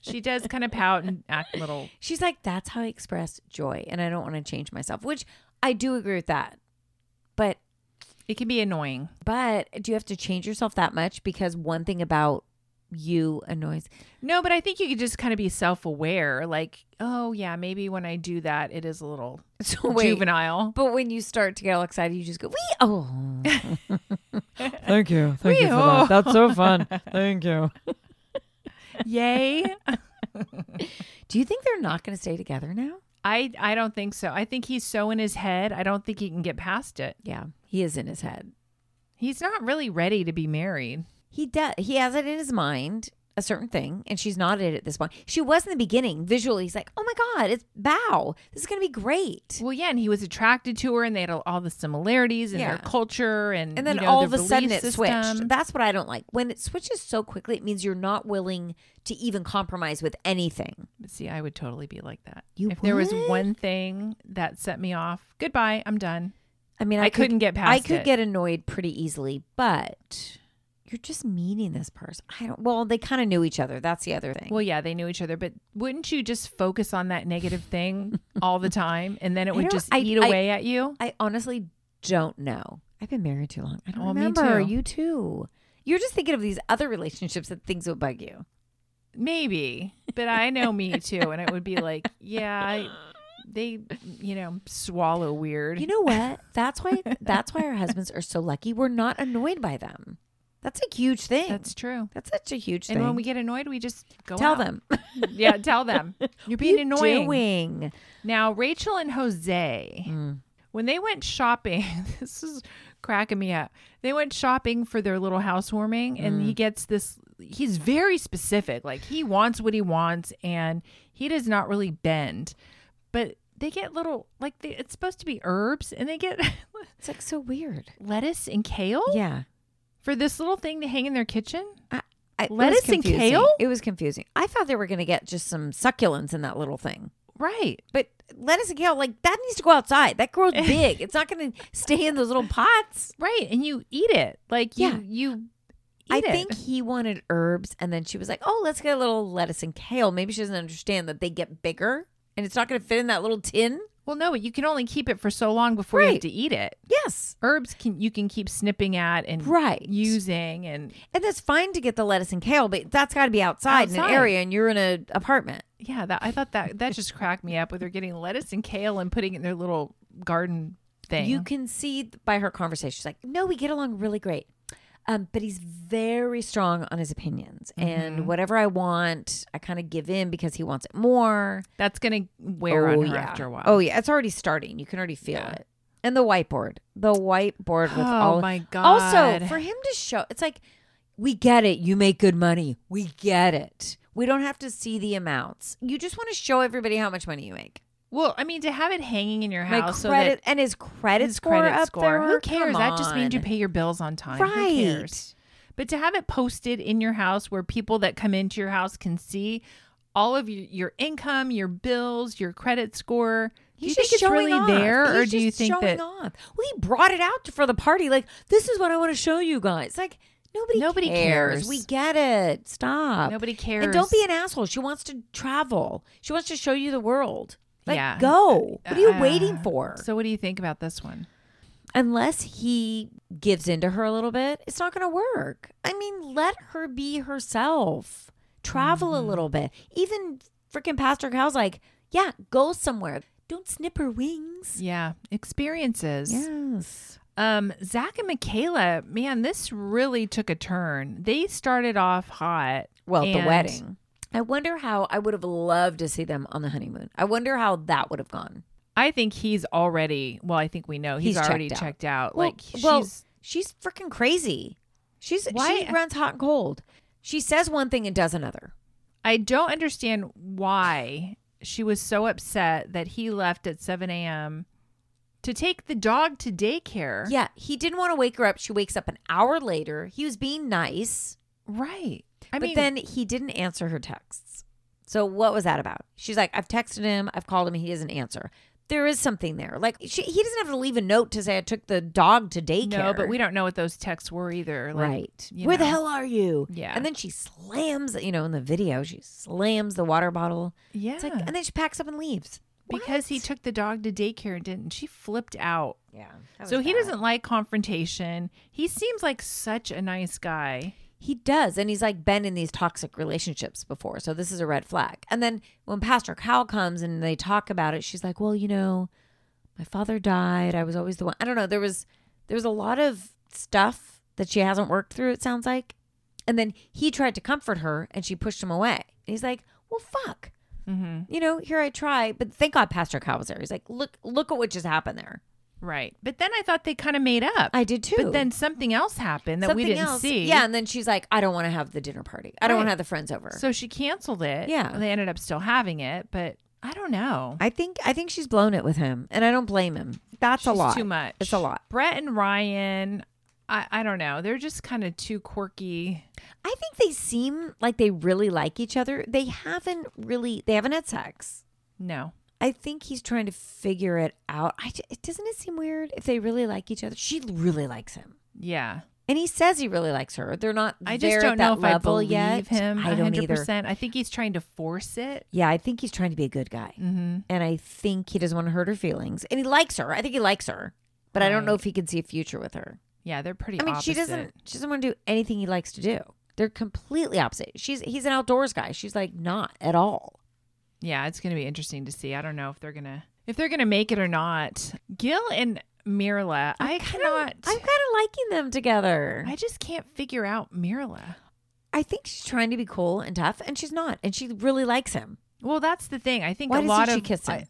Speaker 5: She does kind of pout and act little.
Speaker 4: She's like, that's how I express joy, and I don't want to change myself, which I do agree with that. But
Speaker 5: It can be annoying.
Speaker 4: but do you have to change yourself that much? Because one thing about you annoys.
Speaker 5: No, but I think you could just kind of be self aware. Like, oh, yeah, maybe when I do that, it is a little
Speaker 4: So wait.
Speaker 5: juvenile.
Speaker 4: But when you start to get all excited, you just go, wee oh.
Speaker 6: Thank you. Thank you for
Speaker 5: Wee-oh.
Speaker 6: that. That's so fun. Thank you.
Speaker 5: Yay.
Speaker 4: Do you think they're not going to stay together now?
Speaker 5: I, I don't think so. I think he's so in his head. I don't think he can get past it.
Speaker 4: Yeah, he is in his head.
Speaker 5: He's not really ready to be married.
Speaker 4: He does. He has it in his mind a certain thing, and she's not it at this point. She was in the beginning visually. He's like, "Oh my god, it's Bow. This is gonna be great."
Speaker 5: Well, yeah, and he was attracted to her, and they had all the similarities in
Speaker 4: Yeah.
Speaker 5: their culture, and
Speaker 4: And then
Speaker 5: you know,
Speaker 4: all of
Speaker 5: their
Speaker 4: a sudden it
Speaker 5: belief
Speaker 4: switched.
Speaker 5: system.
Speaker 4: That's what I don't like. When it switches so quickly, it means you're not willing to even compromise with anything.
Speaker 5: See, I would totally be like that.
Speaker 4: You
Speaker 5: if there was
Speaker 4: would?
Speaker 5: one thing that set me off, goodbye, I'm done.
Speaker 4: I mean,
Speaker 5: I
Speaker 4: could-
Speaker 5: couldn't get
Speaker 4: I
Speaker 5: past
Speaker 4: could
Speaker 5: it.
Speaker 4: get annoyed pretty easily, but you're just meeting this person. I don't. Well, they kind of knew each other. That's the other thing.
Speaker 5: Well, yeah, they knew each other, but wouldn't you just focus on that negative thing all the time, and then it
Speaker 4: I
Speaker 5: would
Speaker 4: don't-
Speaker 5: just
Speaker 4: I-
Speaker 5: eat
Speaker 4: I-
Speaker 5: away at you?
Speaker 4: I honestly don't know. I've been married too long. I don't
Speaker 5: Oh, me
Speaker 4: remember.
Speaker 5: too.
Speaker 4: You too. You're just thinking of these other relationships that things would bug you.
Speaker 5: Maybe, but I know me too, and it would be like, yeah, I, they, you know, swallow weird.
Speaker 4: You know what? That's why that's why our husbands are so lucky. We're not annoyed by them. That's a huge thing.
Speaker 5: that's true.
Speaker 4: That's such a huge
Speaker 5: And
Speaker 4: thing.
Speaker 5: when we get annoyed, we just go
Speaker 4: tell
Speaker 5: out.
Speaker 4: them
Speaker 5: Yeah, tell them you're being
Speaker 4: "You
Speaker 5: annoying.
Speaker 4: doing?"
Speaker 5: Now, Rachel and Jose, when they went shopping, this is cracking me up. They went shopping for their little housewarming, and
Speaker 4: Mm.
Speaker 5: he gets this. He's very specific. Like, he wants what he wants, and he does not really bend. But they get little, like, they, it's supposed to be herbs, and they get
Speaker 4: It's like so weird.
Speaker 5: lettuce and kale
Speaker 4: Yeah.
Speaker 5: for this little thing to hang in their kitchen.
Speaker 4: I, I, it was
Speaker 5: Lettuce and
Speaker 4: confusing.
Speaker 5: kale?
Speaker 4: It was confusing. I thought they were going to get just some succulents in that little thing.
Speaker 5: Right.
Speaker 4: But lettuce and kale, like that needs to go outside. That grows big. It's not going to stay in those little pots.
Speaker 5: Right. And you eat it. Like, you,
Speaker 4: Yeah.
Speaker 5: you eat
Speaker 4: I
Speaker 5: it.
Speaker 4: think he wanted herbs, and then she was like, "Oh, let's get a little lettuce and kale." Maybe she doesn't understand that they get bigger, and it's not going to fit in that little tin.
Speaker 5: Well, no, you can only keep it for so long before you
Speaker 4: Right.
Speaker 5: have to eat it.
Speaker 4: Yes,
Speaker 5: herbs can you can keep snipping at and
Speaker 4: Right.
Speaker 5: using and
Speaker 4: and that's fine to get the lettuce and kale, but that's got to be outside, in an
Speaker 5: Outside.
Speaker 4: area, and you're in an apartment.
Speaker 5: yeah that i thought that that just cracked me up with her getting lettuce and kale and putting it in their little garden thing
Speaker 4: You can see by her conversation, she's like, "No, we get along really great." Um, but he's very strong on his opinions,
Speaker 5: Mm-hmm.
Speaker 4: and whatever I want, I kind of give in because he wants it more.
Speaker 5: that's gonna wear
Speaker 4: oh,
Speaker 5: on her
Speaker 4: yeah.
Speaker 5: after a while
Speaker 4: Oh yeah, it's already starting. You can already feel it. And the whiteboard, the whiteboard with
Speaker 5: Oh,
Speaker 4: all.
Speaker 5: my
Speaker 4: Also,
Speaker 5: God.
Speaker 4: for him to show, it's like, we get it. You make good money. We get it. We don't have to see the amounts. You just want to show everybody how much money you make.
Speaker 5: well i mean to have it hanging in your
Speaker 4: My
Speaker 5: house
Speaker 4: credit
Speaker 5: so
Speaker 4: and his
Speaker 5: that
Speaker 4: credit
Speaker 5: his
Speaker 4: score
Speaker 5: credit
Speaker 4: up
Speaker 5: score
Speaker 4: there.
Speaker 5: who cares
Speaker 4: Come
Speaker 5: that just means you
Speaker 4: on.
Speaker 5: pay your bills on time
Speaker 4: Right.
Speaker 5: who cares but to have it posted in your house where people that come into your house can see all of your, your income your bills your credit score do you
Speaker 4: He's
Speaker 5: think
Speaker 4: just
Speaker 5: it's
Speaker 4: showing
Speaker 5: really
Speaker 4: off.
Speaker 5: there or
Speaker 4: He's
Speaker 5: do you
Speaker 4: just
Speaker 5: think
Speaker 4: showing
Speaker 5: that
Speaker 4: off. Well, he brought it out for the party. Like this is what I want to show you guys. Like nobody
Speaker 5: Nobody cares.
Speaker 4: We get it. Stop.
Speaker 5: Nobody
Speaker 4: And don't
Speaker 5: cares.
Speaker 4: be an asshole. She wants to travel. She wants to show you the world. Like
Speaker 5: Yeah.
Speaker 4: go. What are you
Speaker 5: Uh,
Speaker 4: waiting for?
Speaker 5: So what do you think about this one?
Speaker 4: Unless he gives in to her a little bit, it's not going to work. I mean, let her be herself. Travel a little bit. Even freaking Pastor Cow's like, yeah, go somewhere. Don't snip her wings.
Speaker 5: Yeah, experiences.
Speaker 4: Yes.
Speaker 5: Um, Zach and Michaela, man, this really took a turn. They started off hot.
Speaker 4: Well, the
Speaker 5: and-
Speaker 4: wedding. I wonder how I would have loved to see them on the honeymoon. I wonder how that would have gone.
Speaker 5: I think he's already. Well, I think we know he's,
Speaker 4: He's checked
Speaker 5: already
Speaker 4: out.
Speaker 5: checked out.
Speaker 4: Well,
Speaker 5: like, she's,
Speaker 4: well, she's freaking crazy. She's
Speaker 5: Why-
Speaker 4: she runs hot and cold. She says one thing and does another.
Speaker 5: I don't understand why she was so upset that he left at 7 a.m. to take the dog to daycare.
Speaker 4: Yeah, he didn't want to wake her up. She wakes up an hour later. He was being nice,
Speaker 5: right. I
Speaker 4: but
Speaker 5: mean,
Speaker 4: then he didn't answer her texts. So what was that about? She's like, I've texted him, I've called him, he doesn't answer. There is something there. Like she, he doesn't have to leave a note to say I took the dog to daycare.
Speaker 5: no, but we don't know what those texts were either. Like,
Speaker 4: right.
Speaker 5: you
Speaker 4: Where the
Speaker 5: know.
Speaker 4: hell are you?
Speaker 5: Yeah.
Speaker 4: And then she slams, you know, in the video, she slams the water bottle.
Speaker 5: Yeah.
Speaker 4: It's like, and then she packs up and leaves
Speaker 5: because he
Speaker 4: What?
Speaker 5: took the dog to daycare and didn't. She flipped out.
Speaker 4: Yeah.
Speaker 5: So he doesn't like confrontation. He seems like such a nice guy.
Speaker 4: He does. And he's like been in these toxic relationships before. So this is a red flag. And then when Pastor Cal comes and they talk about it, she's like, well, you know, my father died. I was always the one. I don't know. There was, there was a lot of stuff that she hasn't worked through, it sounds like. And then he tried to comfort her and she pushed him away. And he's like, well, fuck.
Speaker 5: Mm-hmm.
Speaker 4: You know, here I try. But thank God Pastor Cal was there. He's like, look, look at what just happened there.
Speaker 5: Right. But then I thought they kind of made up.
Speaker 4: I did too.
Speaker 5: But then something else happened that we
Speaker 4: Something
Speaker 5: didn't
Speaker 4: else.
Speaker 5: see.
Speaker 4: Yeah. And then she's like, I don't want to have the dinner party. I don't want to
Speaker 5: Right.
Speaker 4: have the friends over.
Speaker 5: So she canceled it.
Speaker 4: Yeah.
Speaker 5: They ended up still having it, but I don't know.
Speaker 4: I think I think she's blown it with him, and I don't blame him. That's a
Speaker 5: She's
Speaker 4: lot.
Speaker 5: Too much.
Speaker 4: It's a lot.
Speaker 5: Brett and Ryan, I, I don't know. They're just kind of too quirky.
Speaker 4: I think they seem like they really like each other. They haven't really. They haven't had sex.
Speaker 5: No.
Speaker 4: I think he's trying to figure it out. I ju- it doesn't it seem weird if they really like each other? She really likes him,
Speaker 5: Yeah.
Speaker 4: and he says he really likes her. They're not.
Speaker 5: I
Speaker 4: there
Speaker 5: just
Speaker 4: at
Speaker 5: don't know
Speaker 4: that
Speaker 5: if I
Speaker 4: level
Speaker 5: believe
Speaker 4: yet.
Speaker 5: him
Speaker 4: I don't either.
Speaker 5: 100%. I think he's trying to force it.
Speaker 4: Yeah, I think he's trying to be a good guy, mm-hmm. and I think he doesn't want to hurt her feelings. And he likes her. I think he likes her, but I don't know
Speaker 5: Right.
Speaker 4: if he can see a future with her.
Speaker 5: Yeah, they're pretty
Speaker 4: I mean, she
Speaker 5: opposite.
Speaker 4: doesn't. She doesn't want to do anything he likes to do. They're completely opposite. She's he's an outdoors guy. She's like not at all.
Speaker 5: Yeah, it's going to be interesting to see. I don't know if they're going to if they're going to make it or not. Gil and Mirla, I, cannot
Speaker 4: I'm kind of liking them together.
Speaker 5: I just can't figure out Mirla.
Speaker 4: I, think she's trying to be cool and tough, and she's not. And she really likes him.
Speaker 5: Well, that's the thing. I think
Speaker 4: Why
Speaker 5: a
Speaker 4: doesn't
Speaker 5: lot
Speaker 4: she
Speaker 5: of
Speaker 4: kiss him?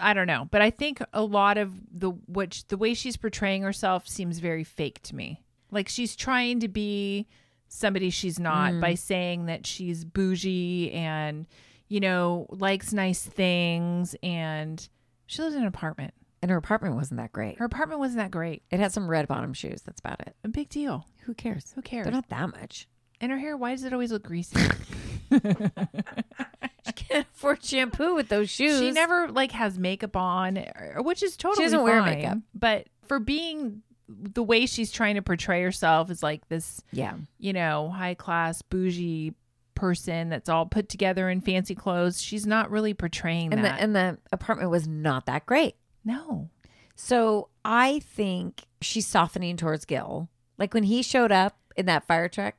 Speaker 5: I, I don't know, but I think a lot of the which the way she's portraying herself seems very fake to me. Like she's trying to be somebody she's not
Speaker 4: Mm.
Speaker 5: by saying that she's bougie and you know likes nice things and she lives in an apartment.
Speaker 4: And her apartment wasn't that great.
Speaker 5: Her apartment wasn't that great.
Speaker 4: it had some red bottom shoes. That's about it.
Speaker 5: A big deal.
Speaker 4: Who cares?
Speaker 5: Who cares?
Speaker 4: They're not that much.
Speaker 5: and her hair, why does it always look greasy?
Speaker 4: She can't afford shampoo with those shoes.
Speaker 5: She never like has makeup on, or- which is totally
Speaker 4: doesn't wear
Speaker 5: fine,
Speaker 4: makeup.
Speaker 5: But for being the way she's trying to portray herself is like this,
Speaker 4: Yeah.
Speaker 5: you know, high class bougie person that's all put together in fancy clothes. She's not really portraying
Speaker 4: And the
Speaker 5: that.
Speaker 4: and the apartment was not that great.
Speaker 5: no,
Speaker 4: So I think she's softening towards Gil. Like when he showed up in that fire truck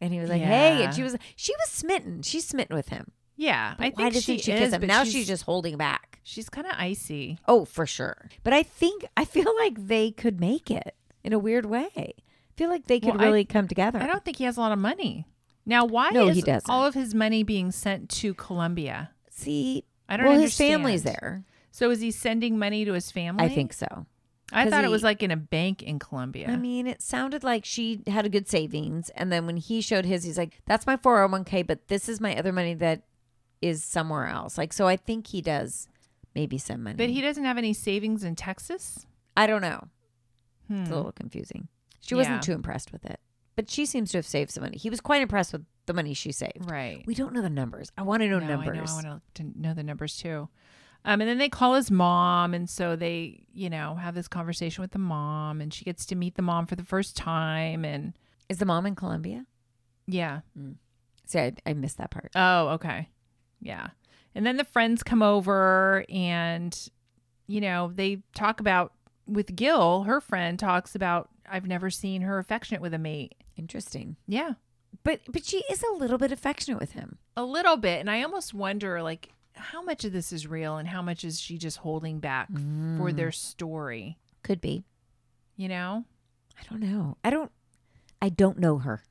Speaker 4: and he was like, hey,
Speaker 5: Yeah.
Speaker 4: and she was she was smitten. She's smitten with him.
Speaker 5: yeah, I
Speaker 4: But why
Speaker 5: think
Speaker 4: doesn't
Speaker 5: she,
Speaker 4: she
Speaker 5: is.
Speaker 4: kiss him?
Speaker 5: but
Speaker 4: Now she's, just holding back.
Speaker 5: she's kind of icy.
Speaker 4: Oh, for sure. But I think I feel like they could make it in a weird way. I feel like they could
Speaker 5: Well, I-
Speaker 4: really come together.
Speaker 5: I don't think he has a lot of money. Now, why
Speaker 4: No,
Speaker 5: is
Speaker 4: he doesn't.
Speaker 5: all of his money being sent to Colombia?
Speaker 4: see
Speaker 5: I don't
Speaker 4: Well, his family's
Speaker 5: understand.
Speaker 4: there.
Speaker 5: So is he sending money to his family?
Speaker 4: I think so.
Speaker 5: I
Speaker 4: 'Cause
Speaker 5: thought it was
Speaker 4: he-
Speaker 5: like in a bank in Colombia.
Speaker 4: I mean, it sounded like she had a good savings. And then when he showed his, he's like, that's my 401k, but this is my other money that is somewhere else. Like, so I think he does maybe send money.
Speaker 5: but he doesn't have any savings in Texas.
Speaker 4: I don't know. It's a little confusing. She wasn't
Speaker 5: Hmm. Yeah.
Speaker 4: too impressed with it, but she seems to have saved some money. He was quite impressed with the money she saved.
Speaker 5: Right.
Speaker 4: We don't know the numbers. I want to know numbers.
Speaker 5: I know. I want to know the numbers too. Um, and then they call his mom, and so they, you know, have this conversation with the mom, and she gets to meet the mom for the first time, and
Speaker 4: Is the mom in Colombia?
Speaker 5: yeah.
Speaker 4: See, I, I missed that part.
Speaker 5: Oh, okay. Yeah. And then the friends come over and you know, they talk about with Gil, her friend talks about I've never seen her affectionate with a mate.
Speaker 4: Interesting.
Speaker 5: Yeah.
Speaker 4: But but she is a little bit affectionate with him.
Speaker 5: A little bit. And I almost wonder like how much of this
Speaker 4: Mm.
Speaker 5: is real and how much is she just holding back for their story?
Speaker 4: Could be.
Speaker 5: You know?
Speaker 4: I don't know. I don't. I don't know her.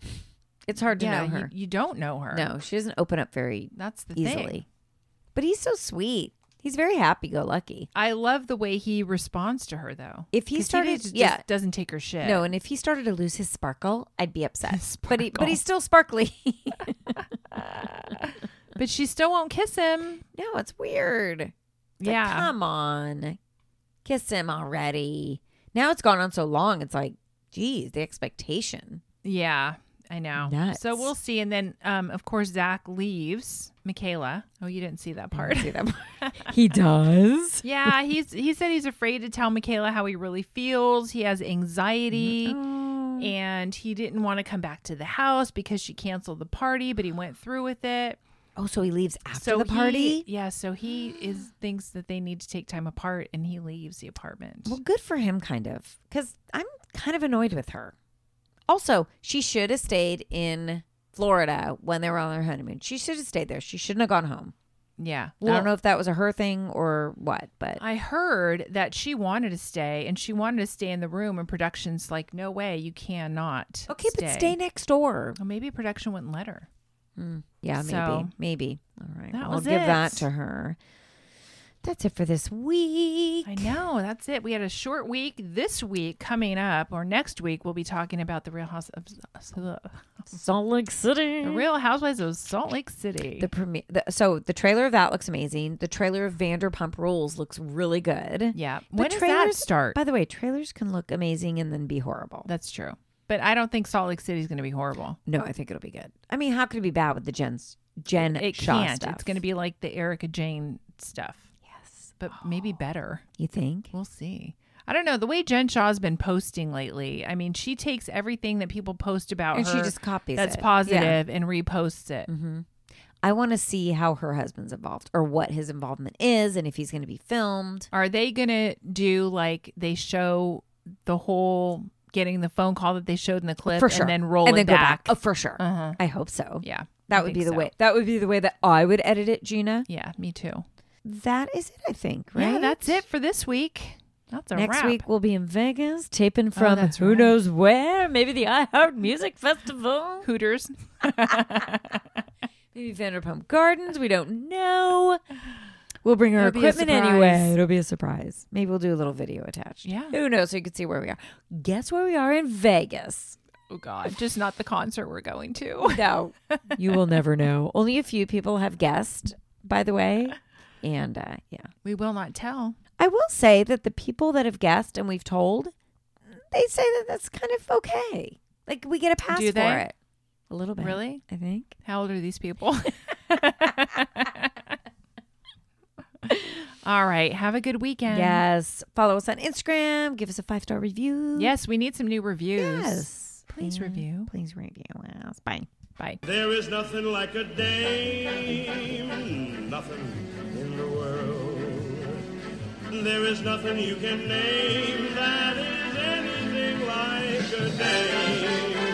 Speaker 4: It's hard to know
Speaker 5: you-
Speaker 4: her.
Speaker 5: You, don't know her.
Speaker 4: no, she doesn't open up very
Speaker 5: That's the
Speaker 4: easily.
Speaker 5: thing.
Speaker 4: But he's so sweet. He's very happy-go-lucky.
Speaker 5: I love the way he responds to her though.
Speaker 4: If he
Speaker 5: 'Cause
Speaker 4: started-
Speaker 5: just,
Speaker 4: yeah.
Speaker 5: just doesn't take her shit.
Speaker 4: No, and if he started to lose his sparkle, I'd be upset. But he, but
Speaker 5: sparkle.
Speaker 4: he's still sparkly.
Speaker 5: but she still won't kiss him.
Speaker 4: no, it's weird. It's like,
Speaker 5: yeah.
Speaker 4: come on, kiss him already. Now it's gone on so long. It's like, geez, the expectation.
Speaker 5: Yeah, I know.
Speaker 4: Nuts.
Speaker 5: So we'll see. And then, um, of course, Zach leaves Michaela. Oh, you didn't see that part.
Speaker 6: He does.
Speaker 5: yeah, he's he said he's afraid to tell Michaela how he really feels. He has anxiety.
Speaker 4: Mm-hmm.
Speaker 5: And he didn't want to come back to the house because she canceled the party, but he went through with it.
Speaker 4: Oh, so he leaves after
Speaker 5: so
Speaker 4: the party.
Speaker 5: he, yeah. So he is thinks that they need to take time apart, and he leaves the apartment.
Speaker 4: Well, good for him, kind of, because I'm kind of annoyed with her. Also, she should have stayed in Florida when they were on their honeymoon. She should have stayed there. She shouldn't have gone home.
Speaker 5: yeah,
Speaker 4: I don't know if that was a her thing or what, but
Speaker 5: I heard that she wanted to stay and she wanted to stay in the room and production's like, no way, you cannot.
Speaker 4: okay, but stay next door.
Speaker 5: Well, maybe production wouldn't let her.
Speaker 4: Yeah, maybe,
Speaker 5: So,
Speaker 4: maybe. All right,
Speaker 5: that
Speaker 4: well, I'll
Speaker 5: was
Speaker 4: give that
Speaker 5: it.
Speaker 4: to her. That's it for this week.
Speaker 5: I know, that's it. We had a short week this week coming up, or next week we'll be talking about the Real House of
Speaker 6: Salt Lake City.
Speaker 5: the Real Housewives of Salt Lake City.
Speaker 4: Mm-hmm. The premiere, the, so the trailer of that looks amazing. The trailer of Vanderpump Rules looks really good.
Speaker 5: yeah.
Speaker 4: But
Speaker 5: when does that start?
Speaker 4: By the way, trailers can look amazing and then be horrible.
Speaker 5: that's true. But I don't think Salt Lake City is going to be horrible.
Speaker 4: No, I think it'll be good. I mean, how could it be bad with the Jen's Jen
Speaker 5: It
Speaker 4: Shaw
Speaker 5: can't.
Speaker 4: stuff?
Speaker 5: It's going to be like the Erica Jane stuff. Yes. But maybe better.
Speaker 4: You think?
Speaker 5: We'll see. I don't know. The way Jen Shaw's been posting lately, I mean, she takes everything that people post about
Speaker 4: And she
Speaker 5: her
Speaker 4: just copies
Speaker 5: that's
Speaker 4: it.
Speaker 5: positive and reposts it.
Speaker 4: I want to see how her husband's involved or what his involvement is and if he's going to be filmed.
Speaker 5: Are they gonna do like they show the whole getting the phone call that they showed in the clip
Speaker 4: for sure.
Speaker 5: and then roll
Speaker 4: and
Speaker 5: it
Speaker 4: then go
Speaker 5: back?
Speaker 4: Oh, for sure.
Speaker 5: Uh-huh.
Speaker 4: I hope so.
Speaker 5: Yeah, I
Speaker 4: That would be
Speaker 5: think
Speaker 4: the
Speaker 5: so.
Speaker 4: way. That would be the way that I would edit it, Gina.
Speaker 5: Yeah, me too.
Speaker 4: That is it, I think. Right.
Speaker 5: Yeah, that's it for this week. That's a
Speaker 4: Next
Speaker 5: wrap. Oh,
Speaker 4: week we'll be in Vegas taping from
Speaker 5: that's
Speaker 4: who
Speaker 5: right.
Speaker 4: knows
Speaker 6: Where? Maybe the iHeart Music Festival.
Speaker 5: Hooters.
Speaker 4: maybe Vanderpump Gardens. We don't know. We'll bring our
Speaker 5: It'll be a
Speaker 4: equipment
Speaker 5: surprise.
Speaker 4: anyway. It'll be a surprise. Maybe we'll do a little video attached.
Speaker 5: Yeah.
Speaker 4: Who knows? So you can see where we are. Guess where we are in Vegas.
Speaker 5: Oh God, just not the concert we're going to.
Speaker 4: No.
Speaker 6: You will never know.
Speaker 4: Only a few people have guessed, by the way. And uh, yeah.
Speaker 5: We will not tell.
Speaker 4: I will say that the people that have guessed and we've told, they say that that's kind of okay. Like we get a pass
Speaker 5: Do
Speaker 4: for
Speaker 5: they?
Speaker 4: it. A little bit.
Speaker 5: Really?
Speaker 4: I think.
Speaker 5: How old are these people? All right. Have a good weekend.
Speaker 4: Yes. Follow us on Instagram. Give us a five star review.
Speaker 5: Yes, we need some new reviews.
Speaker 4: Yes.
Speaker 5: Please review.
Speaker 4: Please review us. Bye.
Speaker 5: Bye.
Speaker 7: There is nothing like a dame, nothing in the world. There is nothing you can name that is anything like a dame.